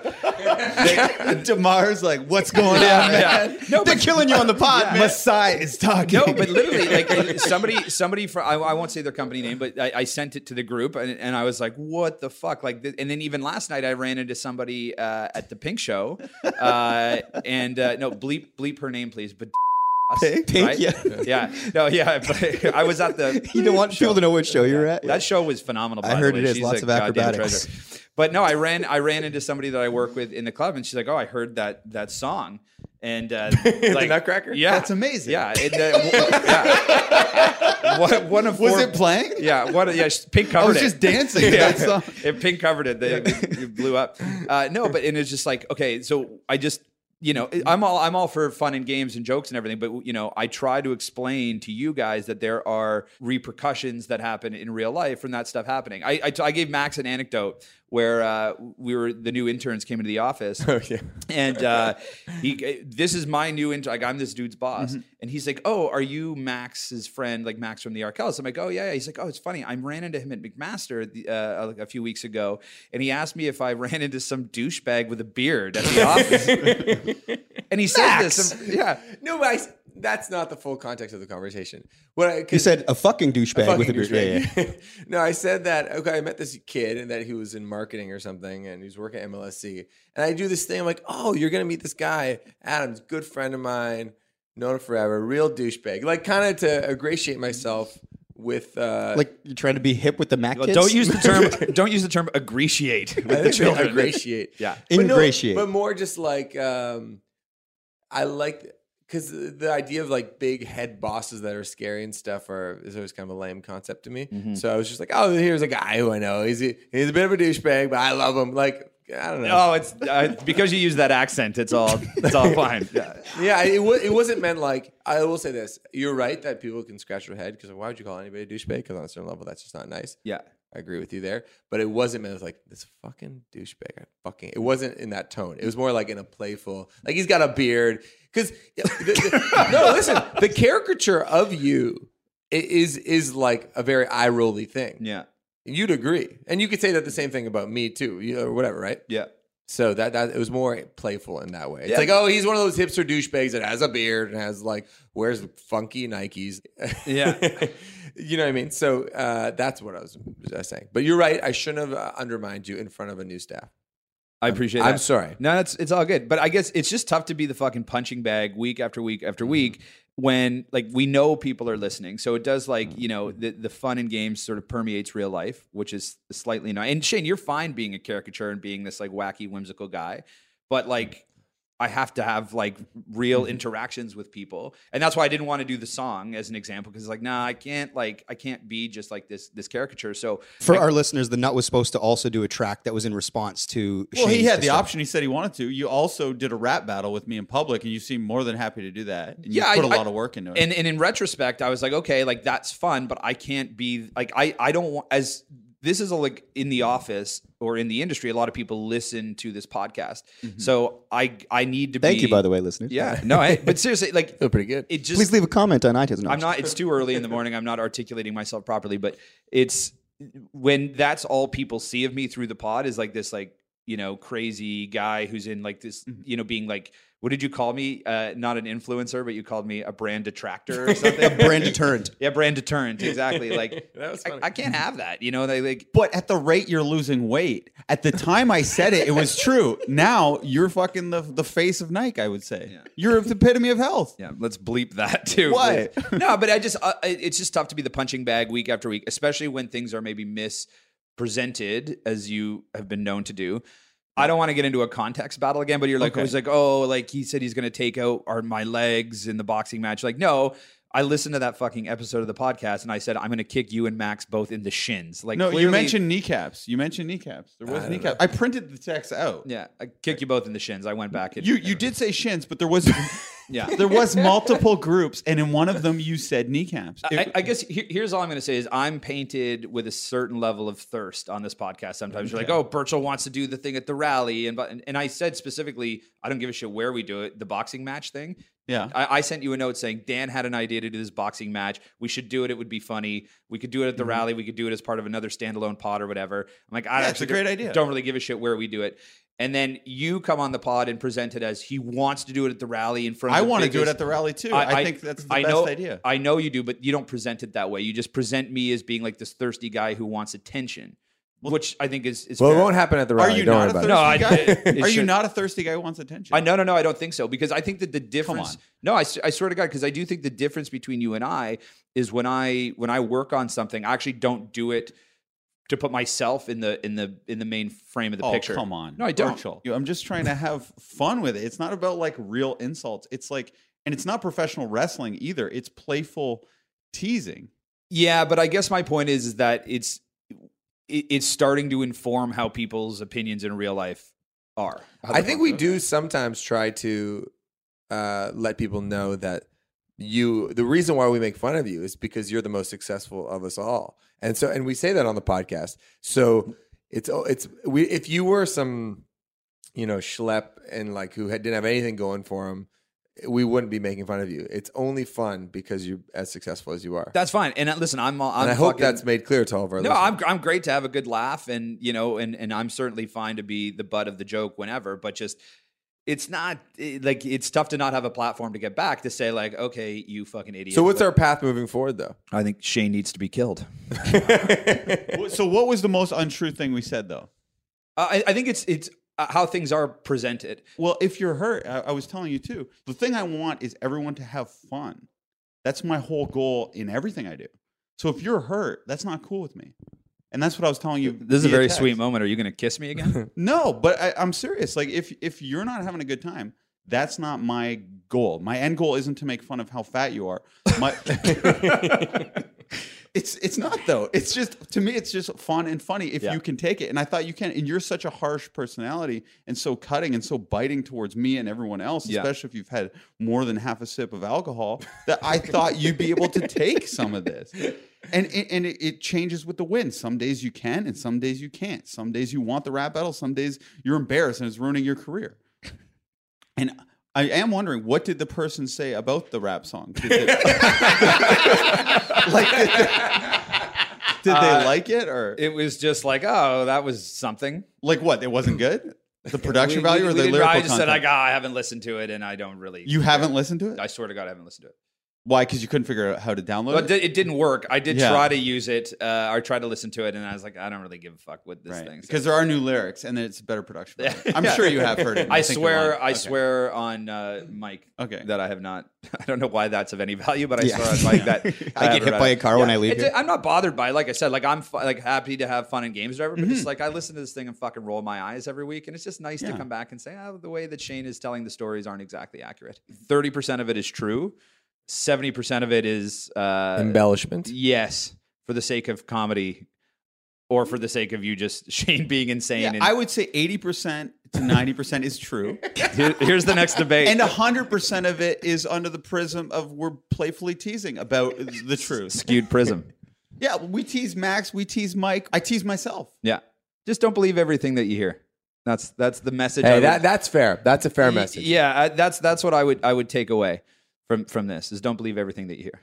Speaker 3: Damar's like, what's going on, man?
Speaker 4: no,
Speaker 3: They're
Speaker 4: but
Speaker 3: killing you on the pod, man. Masai is talking.
Speaker 4: no, but literally, like somebody, somebody from I, I won't say their company name, but I, I sent it to the group, and, and I was like, "What the fuck?" Like, th- and then even last night, I ran into somebody uh, at the Pink Show, uh, and uh, no, bleep bleep her name, please, but. Pink,
Speaker 1: yeah.
Speaker 4: yeah, no, yeah. But I was at the.
Speaker 1: you don't want people to know what show you're at.
Speaker 4: That show was phenomenal. By
Speaker 1: I heard
Speaker 4: the way.
Speaker 1: it is.
Speaker 4: She's
Speaker 1: Lots
Speaker 4: a
Speaker 1: of
Speaker 4: goddamn
Speaker 1: acrobatics.
Speaker 4: treasure. But no, I ran. I ran into somebody that I work with in the club, and she's like, "Oh, I heard that that song." And uh, like,
Speaker 2: Nutcracker?
Speaker 4: yeah,
Speaker 3: That's amazing.
Speaker 4: Yeah, and, uh, w- yeah. One, one of
Speaker 3: Was
Speaker 4: four-
Speaker 3: it playing?
Speaker 4: Yeah, one. Yeah, she- pink
Speaker 3: I
Speaker 4: covered
Speaker 3: was
Speaker 4: it.
Speaker 3: just dancing. to that
Speaker 4: yeah,
Speaker 3: song.
Speaker 4: if pink covered it, they it blew up. Uh, no, but and it's just like okay, so I just you know I'm all I'm all for fun and games and jokes and everything, but you know I try to explain to you guys that there are repercussions that happen in real life from that stuff happening. I I, I gave Max an anecdote where uh, we were the new interns came into the office
Speaker 2: Oh, yeah.
Speaker 4: and uh, he, this is my new intro. Like I'm this dude's boss, and he's like, "Oh, are you Max's friend? Like Max from the Arkells?" I'm like, "Oh yeah." yeah." He's like, "Oh, it's funny. I ran into him at McMaster the, uh, like a few weeks ago, and he asked me if I ran into some douchebag with a beard at the office." and he said this, and- yeah.
Speaker 2: no, but I, that's not the full context of the conversation. What I,
Speaker 1: You said a fucking douchebag with a
Speaker 2: Fucking
Speaker 1: beard. Yeah, yeah.
Speaker 2: douchebag. no, I said that. Okay, I met this kid and that he was in marketing or something, and he was working at MLSC. And I do this thing. I'm like, oh, you're gonna meet this guy, Adam's good friend of mine, known him forever, real douchebag. Like, kind of to ingratiate myself with. Uh,
Speaker 1: Like you're trying to be hip with the Mac
Speaker 4: Well,
Speaker 1: kids?
Speaker 4: don't use the term. don't use the term "aggretiate"
Speaker 2: I
Speaker 4: with the
Speaker 2: think they
Speaker 4: children.
Speaker 2: Ingratiate.
Speaker 4: Yeah.
Speaker 2: But no,
Speaker 1: Ingratiate.
Speaker 2: But, more just like um I like because the idea of like big head bosses that are scary and stuff are is always kind of a lame concept to me. So I was just like, oh, here's a guy who I know. He's a, he's a bit of a douchebag, but I love him. Like I don't know.
Speaker 4: Oh, it's uh, because you use that accent. It's all. It's all fine. Yeah.
Speaker 2: Yeah, it, wa- it wasn't meant like. I will say this: you're right that people can scratch their head because why would you call anybody a douchebag? Because on a certain level, that's just not nice.
Speaker 4: yeah.
Speaker 2: I agree with you there. But it wasn't meant as like this fucking douchebag. I fucking. It wasn't in that tone. It was more like in a playful. Like he's got a beard. Because no, listen. The caricature of you it is is like a very eye rolly thing.
Speaker 4: Yeah.
Speaker 2: You'd agree, and you could say that the same thing about me too, you know, or whatever, right?
Speaker 4: Yeah.
Speaker 2: So that that it was more playful in that way. It's
Speaker 4: Yeah.
Speaker 2: like, oh, he's one of those hipster douchebags that has a beard and has like wears funky Nikes.
Speaker 4: Yeah.
Speaker 2: you know what I mean. So uh, that's what I was, I was saying. But you're right. I shouldn't have uh, undermined you in front of a new staff.
Speaker 4: I appreciate that.
Speaker 2: I'm sorry.
Speaker 4: No, it's it's all good. But I guess it's just tough to be the fucking punching bag week after week after week when like we know people are listening. So it does like, you know, the the fun and games sort of permeates real life, which is slightly annoying. And Shane, you're fine being a caricature and being this like wacky whimsical guy, but like I have to have like real interactions with people. And that's why I didn't want to do the song as an example because like, nah, I can't like I can't be just like this this caricature. So
Speaker 1: For our listeners, the nut was supposed to also do a track that was in response to.
Speaker 3: Well, he
Speaker 1: Shane's
Speaker 3: had the
Speaker 1: distraction.
Speaker 3: option. He said he wanted to. You also did a rap battle with me in public, and you seemed more than happy to do that. And
Speaker 4: Yeah, I-
Speaker 3: you put a
Speaker 4: I-
Speaker 3: lot of work into it.
Speaker 4: and and in retrospect i was like okay like that's fun but i can't be like i i don't want as this is a, like in the office or in the industry a lot of people listen to this podcast so i i need to
Speaker 1: Mm-hmm. Thank
Speaker 4: be
Speaker 1: you, by the way, listeners.
Speaker 4: yeah no I, but seriously like
Speaker 2: Feel pretty good.
Speaker 4: it just
Speaker 1: Please leave a comment on iTunes. No,
Speaker 4: I'm not. It's too early in the morning. I'm not articulating myself properly, but it's when that's all people see of me through the pod is like this, like you know, crazy guy who's in like this, you know, being like, what did you call me? Uh, not an influencer, but you called me a brand detractor or something. a
Speaker 1: brand deterrent.
Speaker 4: yeah, brand deterrent. Exactly. Like
Speaker 2: That was
Speaker 4: I,
Speaker 2: funny.
Speaker 4: I can't have that. You know, they like.
Speaker 3: but at the rate you're losing weight, at the time I said it, it was true. Now you're fucking the, the face of Nike, I would say. You're the epitome of health.
Speaker 4: Yeah, let's bleep that too.
Speaker 3: Why?
Speaker 4: please. no, but I just uh, it- it's just tough to be the punching bag week after week, especially when things are maybe mispresented as you have been known to do. I don't want to get into a context battle again, but you're like
Speaker 3: Okay.
Speaker 4: always like, oh, like he said he's going to take out our, my legs in the boxing match. Like, no, I listened to that fucking episode of the podcast and I said I'm going to kick you and Max both in the shins. Like,
Speaker 3: no, you
Speaker 4: clearly-
Speaker 3: mentioned kneecaps. You mentioned kneecaps. There was kneecaps. I printed the text out.
Speaker 4: yeah, I kick you both in the shins. I went back and
Speaker 3: You you did say shins, but there was
Speaker 4: yeah.
Speaker 3: there was multiple groups, and in one of them you said kneecaps. It-
Speaker 4: I, I guess here, here's all I'm going to say is I'm painted with a certain level of thirst on this podcast. Sometimes you're like, oh, Birchall wants to do the thing at the rally, and but and, and I said specifically, I don't give a shit where we do it, the boxing match thing.
Speaker 3: yeah.
Speaker 4: I, I sent you a note saying Dan had an idea to do this boxing match. We should do it. It would be funny. We could do it at the rally. We could do it as part of another standalone pod or whatever. I'm like,
Speaker 3: Mm-hmm.
Speaker 4: I
Speaker 3: Yeah, it's
Speaker 4: actually
Speaker 3: a great
Speaker 4: don't-
Speaker 3: idea.
Speaker 4: Don't really give a shit where we do it. And then you come on the pod and present it as he wants to do it at the rally in front. of
Speaker 3: I
Speaker 4: the
Speaker 3: want to do it
Speaker 4: biggest-
Speaker 3: at the rally too. I, think that's the
Speaker 4: I
Speaker 3: best
Speaker 4: know,
Speaker 3: idea.
Speaker 4: I know you do, but you don't present it that way. You just present me as being like this thirsty guy who wants attention, which I think is, is
Speaker 2: Well, it
Speaker 4: fair.
Speaker 2: won't happen at the
Speaker 3: Are
Speaker 2: rally.
Speaker 3: you
Speaker 2: Don't worry
Speaker 3: not a
Speaker 2: about
Speaker 3: thirsty
Speaker 2: it.
Speaker 4: No, I-
Speaker 3: guy?
Speaker 4: it
Speaker 3: Are you
Speaker 4: should-
Speaker 3: not a thirsty guy who wants attention?
Speaker 4: I no no no I don't think so because I think that the difference
Speaker 3: on.
Speaker 4: no I, s- I swear to God because I do think the difference between you and I is when I when I work on something I actually don't do it to put myself in the in the in the main frame of the
Speaker 3: oh,
Speaker 4: picture.
Speaker 3: Come on.
Speaker 4: No, I don't.
Speaker 3: Virgil. You- I'm just trying to have fun with it. It's not about like real insults. It's like, and it's not professional wrestling either. It's playful teasing.
Speaker 4: Yeah, but I guess my point is, is that it's it, it's starting to inform how people's opinions in real life are. How
Speaker 2: I
Speaker 4: they
Speaker 2: think we
Speaker 4: work.
Speaker 2: do sometimes try to uh, let people know that you the reason why we make fun of you is because you're the most successful of us all. And so and we say that on the podcast. So it's it's we if you were some you know schlep and like who had, didn't have anything going for him, we wouldn't be making fun of you. It's only fun because you're as successful as you are.
Speaker 4: That's fine. And uh, listen, I'm all- I'm
Speaker 2: and I hope
Speaker 4: fucking-
Speaker 2: that's made clear to all of our
Speaker 4: No,
Speaker 2: listeners.
Speaker 4: I'm I'm great to have a good laugh, and you know, and and I'm certainly fine to be the butt of the joke whenever. But just it's not eh, like it's tough to not have a platform to get back to say like, okay, you fucking idiot.
Speaker 2: so what's our path moving forward though?
Speaker 4: I think Shane needs to be killed.
Speaker 3: Wh- so, what was the most untrue thing we said though?
Speaker 4: Uh, I, I think it's it's uh, how things are presented.
Speaker 3: Well, if you're hurt, I, I was telling you too. The thing I want is everyone to have fun. That's my whole goal in everything I do. So, if you're hurt, that's not cool with me. And that's what I was telling you.
Speaker 4: This is a
Speaker 3: via
Speaker 4: very
Speaker 3: text.
Speaker 4: sweet moment. Are you going to kiss me again?
Speaker 3: No, but I, I'm serious. Like if if you're not having a good time, that's not my goal. My end goal isn't to make fun of how fat you are. My, it's it's not though. It's just to me, it's just fun and funny if you can take it. And I thought you can. And you're such a harsh personality and so cutting and so biting towards me and everyone else,
Speaker 4: Yeah.
Speaker 3: especially if you've had more than half a sip of alcohol, that I thought you'd be able to take some of this. And and and it, it changes with the wind. Some days you can, and some days you can't. Some days you want the rap battle. Some days you're embarrassed and it's ruining your career. And I am wondering what did the person say about the rap song? Did they, like, did they, did they
Speaker 4: Uh,
Speaker 3: like it or
Speaker 4: It was just like, oh, that was something.
Speaker 3: like what? It wasn't good. The production
Speaker 4: We- we-
Speaker 3: value
Speaker 4: we
Speaker 3: or the
Speaker 4: didn't-
Speaker 3: lyrical
Speaker 4: I just said,
Speaker 3: content?
Speaker 4: like, ah, I haven't listened to it, and I don't really.
Speaker 3: you haven't listened to it.
Speaker 4: I swear to God, I haven't listened to it.
Speaker 3: Why? Because you couldn't figure out how to download
Speaker 4: But
Speaker 3: it.
Speaker 4: it didn't work. I did
Speaker 3: Yeah.
Speaker 4: try to use it. Uh, I tried to listen to it, and I was like, I don't really give a fuck with this thing.
Speaker 3: Right.
Speaker 4: So-
Speaker 3: Because there are new lyrics and it's a better production.
Speaker 4: Yeah.
Speaker 3: value. I'm sure you have heard it. and
Speaker 4: I,
Speaker 3: think you're lying.
Speaker 4: swear, I
Speaker 3: Okay.
Speaker 4: swear on uh, Mike
Speaker 3: Okay.
Speaker 4: that I have not. I don't know why that's of any value, but I
Speaker 1: Yeah.
Speaker 4: swear on Mike that
Speaker 1: I get
Speaker 4: haven't
Speaker 1: hit
Speaker 4: read
Speaker 1: by
Speaker 4: it.
Speaker 1: a car when I leave
Speaker 4: It's-
Speaker 1: here.
Speaker 4: I'm not bothered by. it. Like I said, like I'm fu- like happy to have fun and games, or whatever. But
Speaker 1: Mm-hmm.
Speaker 4: just like I listen to this thing and fucking roll my eyes every week, and it's just nice
Speaker 3: Yeah.
Speaker 4: to come back and say, oh, the way that Shane is telling the stories aren't exactly accurate. Thirty percent of it is true. Seventy percent of it is uh,
Speaker 2: Embellishment.
Speaker 4: Yes, for the sake of comedy, or for the sake of you just Shane being insane.
Speaker 3: Yeah,
Speaker 4: and
Speaker 3: I would say 80% to 90% is true.
Speaker 4: Here- here's the next debate.
Speaker 3: And 100% of it is under the prism of we're playfully teasing about the truth.
Speaker 4: skewed prism.
Speaker 3: Yeah, we tease Max, we tease Mike, I tease myself.
Speaker 4: Yeah, just don't believe everything that you hear. That's that's the message. I
Speaker 2: Hey,
Speaker 4: would-
Speaker 2: that, that's fair. That's a fair
Speaker 4: Y-
Speaker 2: message.
Speaker 4: Yeah, I, that's that's what I would I would take away from from this is don't believe everything that you hear.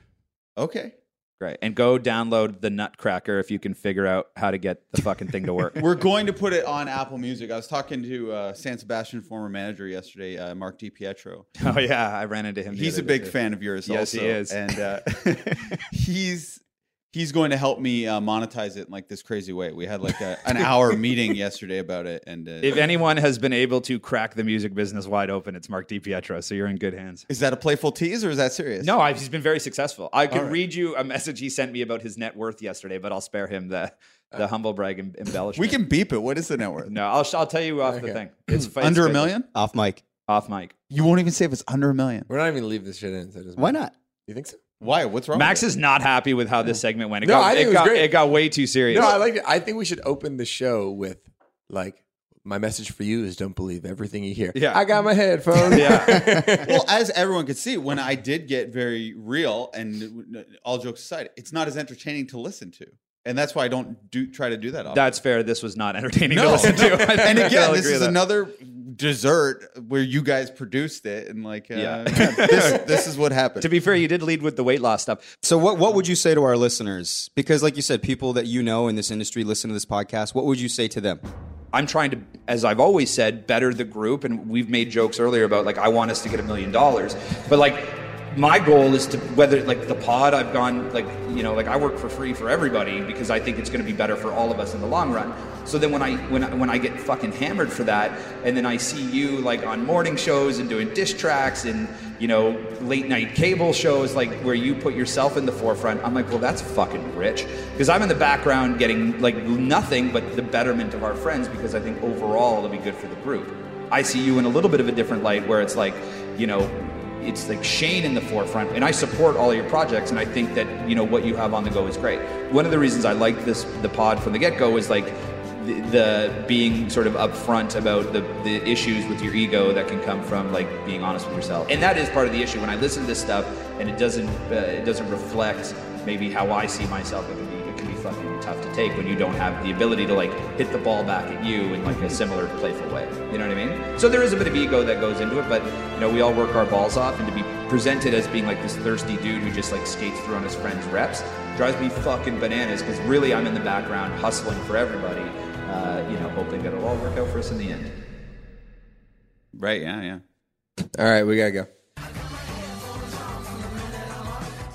Speaker 3: Okay.
Speaker 4: Great, and go download the Nutcracker if you can figure out how to get the fucking thing to work.
Speaker 3: We're going to put it on Apple Music. I was talking to uh, San Sebastian former manager yesterday, uh, Mark DiPietro.
Speaker 4: oh yeah, I ran into him. the
Speaker 3: He's
Speaker 4: other
Speaker 3: a big
Speaker 4: day.
Speaker 3: fan of yours.
Speaker 4: Yes, he
Speaker 3: also.
Speaker 4: is.
Speaker 3: and uh, he's he's going to help me uh, monetize it in like this crazy way. We had like a, an hour meeting yesterday about it, and uh,
Speaker 4: If anyone has been able to crack the music business wide open, it's Mark DiPietro. So you're in good hands.
Speaker 3: is that a playful tease or is that serious?
Speaker 4: No, I, he's been very successful. I could
Speaker 3: All right.
Speaker 4: read you a message he sent me about his net worth yesterday, but I'll spare him the the humble brag em- embellishment.
Speaker 3: Uh, we can beep it. What is the net worth?
Speaker 4: No, I'll, I'll tell you off the
Speaker 2: Okay.
Speaker 4: thing. It's it's
Speaker 3: Under a
Speaker 4: good.
Speaker 3: million?
Speaker 1: Off mic.
Speaker 4: Off mic.
Speaker 3: You won't even say if it's under a million.
Speaker 2: We're not even gonna leave this shit in. So it doesn't
Speaker 1: Why
Speaker 2: matter.
Speaker 1: not?
Speaker 2: You think so?
Speaker 3: Why? What's wrong?
Speaker 4: Max
Speaker 3: with
Speaker 4: is not happy with how this segment went. It
Speaker 2: No,
Speaker 4: got,
Speaker 2: I think
Speaker 4: it
Speaker 2: it was
Speaker 4: got,
Speaker 2: great.
Speaker 4: It got way too serious.
Speaker 2: No, I like. It. I think we should open the show with like my message for you is don't believe everything you hear.
Speaker 4: Yeah.
Speaker 2: I got my headphones.
Speaker 4: Yeah.
Speaker 3: it? well, as everyone could see, when I did get very real, and all jokes aside, it's not as entertaining to listen to, and that's why I don't do try to do that. Often.
Speaker 4: That's fair. This was not entertaining to
Speaker 3: No,
Speaker 4: listen
Speaker 3: no.
Speaker 4: to. I think
Speaker 3: and
Speaker 4: I'll
Speaker 3: again, this
Speaker 4: agree
Speaker 3: is
Speaker 4: with that.
Speaker 3: another dessert where you guys produced it, and like, uh,
Speaker 4: Yeah.
Speaker 3: yeah, this, this is what happened.
Speaker 4: To be fair, you did lead with the weight loss stuff.
Speaker 1: So what what would you say to our listeners? Because like you said, people that you know in this industry listen to this podcast. What would you say to them?
Speaker 4: I'm trying to, as I've always said, better the group. And we've made jokes earlier about like I want us to get a million dollars, but like my goal is to whether like the pod I've gone like you know like I work for free for everybody because I think it's going to be better for all of us in the long run. So then when I when I, when I get fucking hammered for that, and then I see you like on morning shows and doing diss tracks and you know late night cable shows like where you put yourself in the forefront, I'm like, well that's fucking rich because I'm in the background getting like nothing but the betterment of our friends because I think overall it'll be good for the group. I see you in a little bit of a different light where it's like, you know, it's like Shane in the forefront, and I support all your projects, and I think that you know what you have on the go is great. One of the reasons I liked this the pod from the get go is like the, the being sort of upfront about the the issues with your ego that can come from like being honest with yourself, and that is part of the issue. When I listen to this stuff, and it doesn't uh, it doesn't reflect maybe how I see myself, it can be it can be fucking tough to take when you don't have the ability to like hit the ball back at you in like a similar playful way. You know what I mean? So there is a bit of ego that goes into it, but you know we all work our balls off, and to be presented as being like this thirsty dude who just like skates through on his friends' reps drives me fucking bananas because really I'm in the background hustling for everybody, uh, you know, hoping that it'll all work out for us in the end.
Speaker 3: right? Yeah, yeah.
Speaker 2: All right, we gotta go.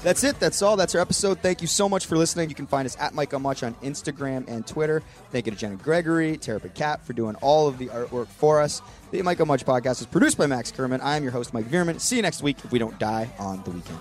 Speaker 1: That's it. That's all. That's our episode. Thank you so much for listening. You can find us at Mike on Much on Instagram and Twitter. Thank you to Jenna Gregory, Terrapin Cat for doing all of the artwork for us. The Mike on Much podcast is produced by Max Kerman. I am your host, Mike Vierman. See you next week if we don't die on the weekend.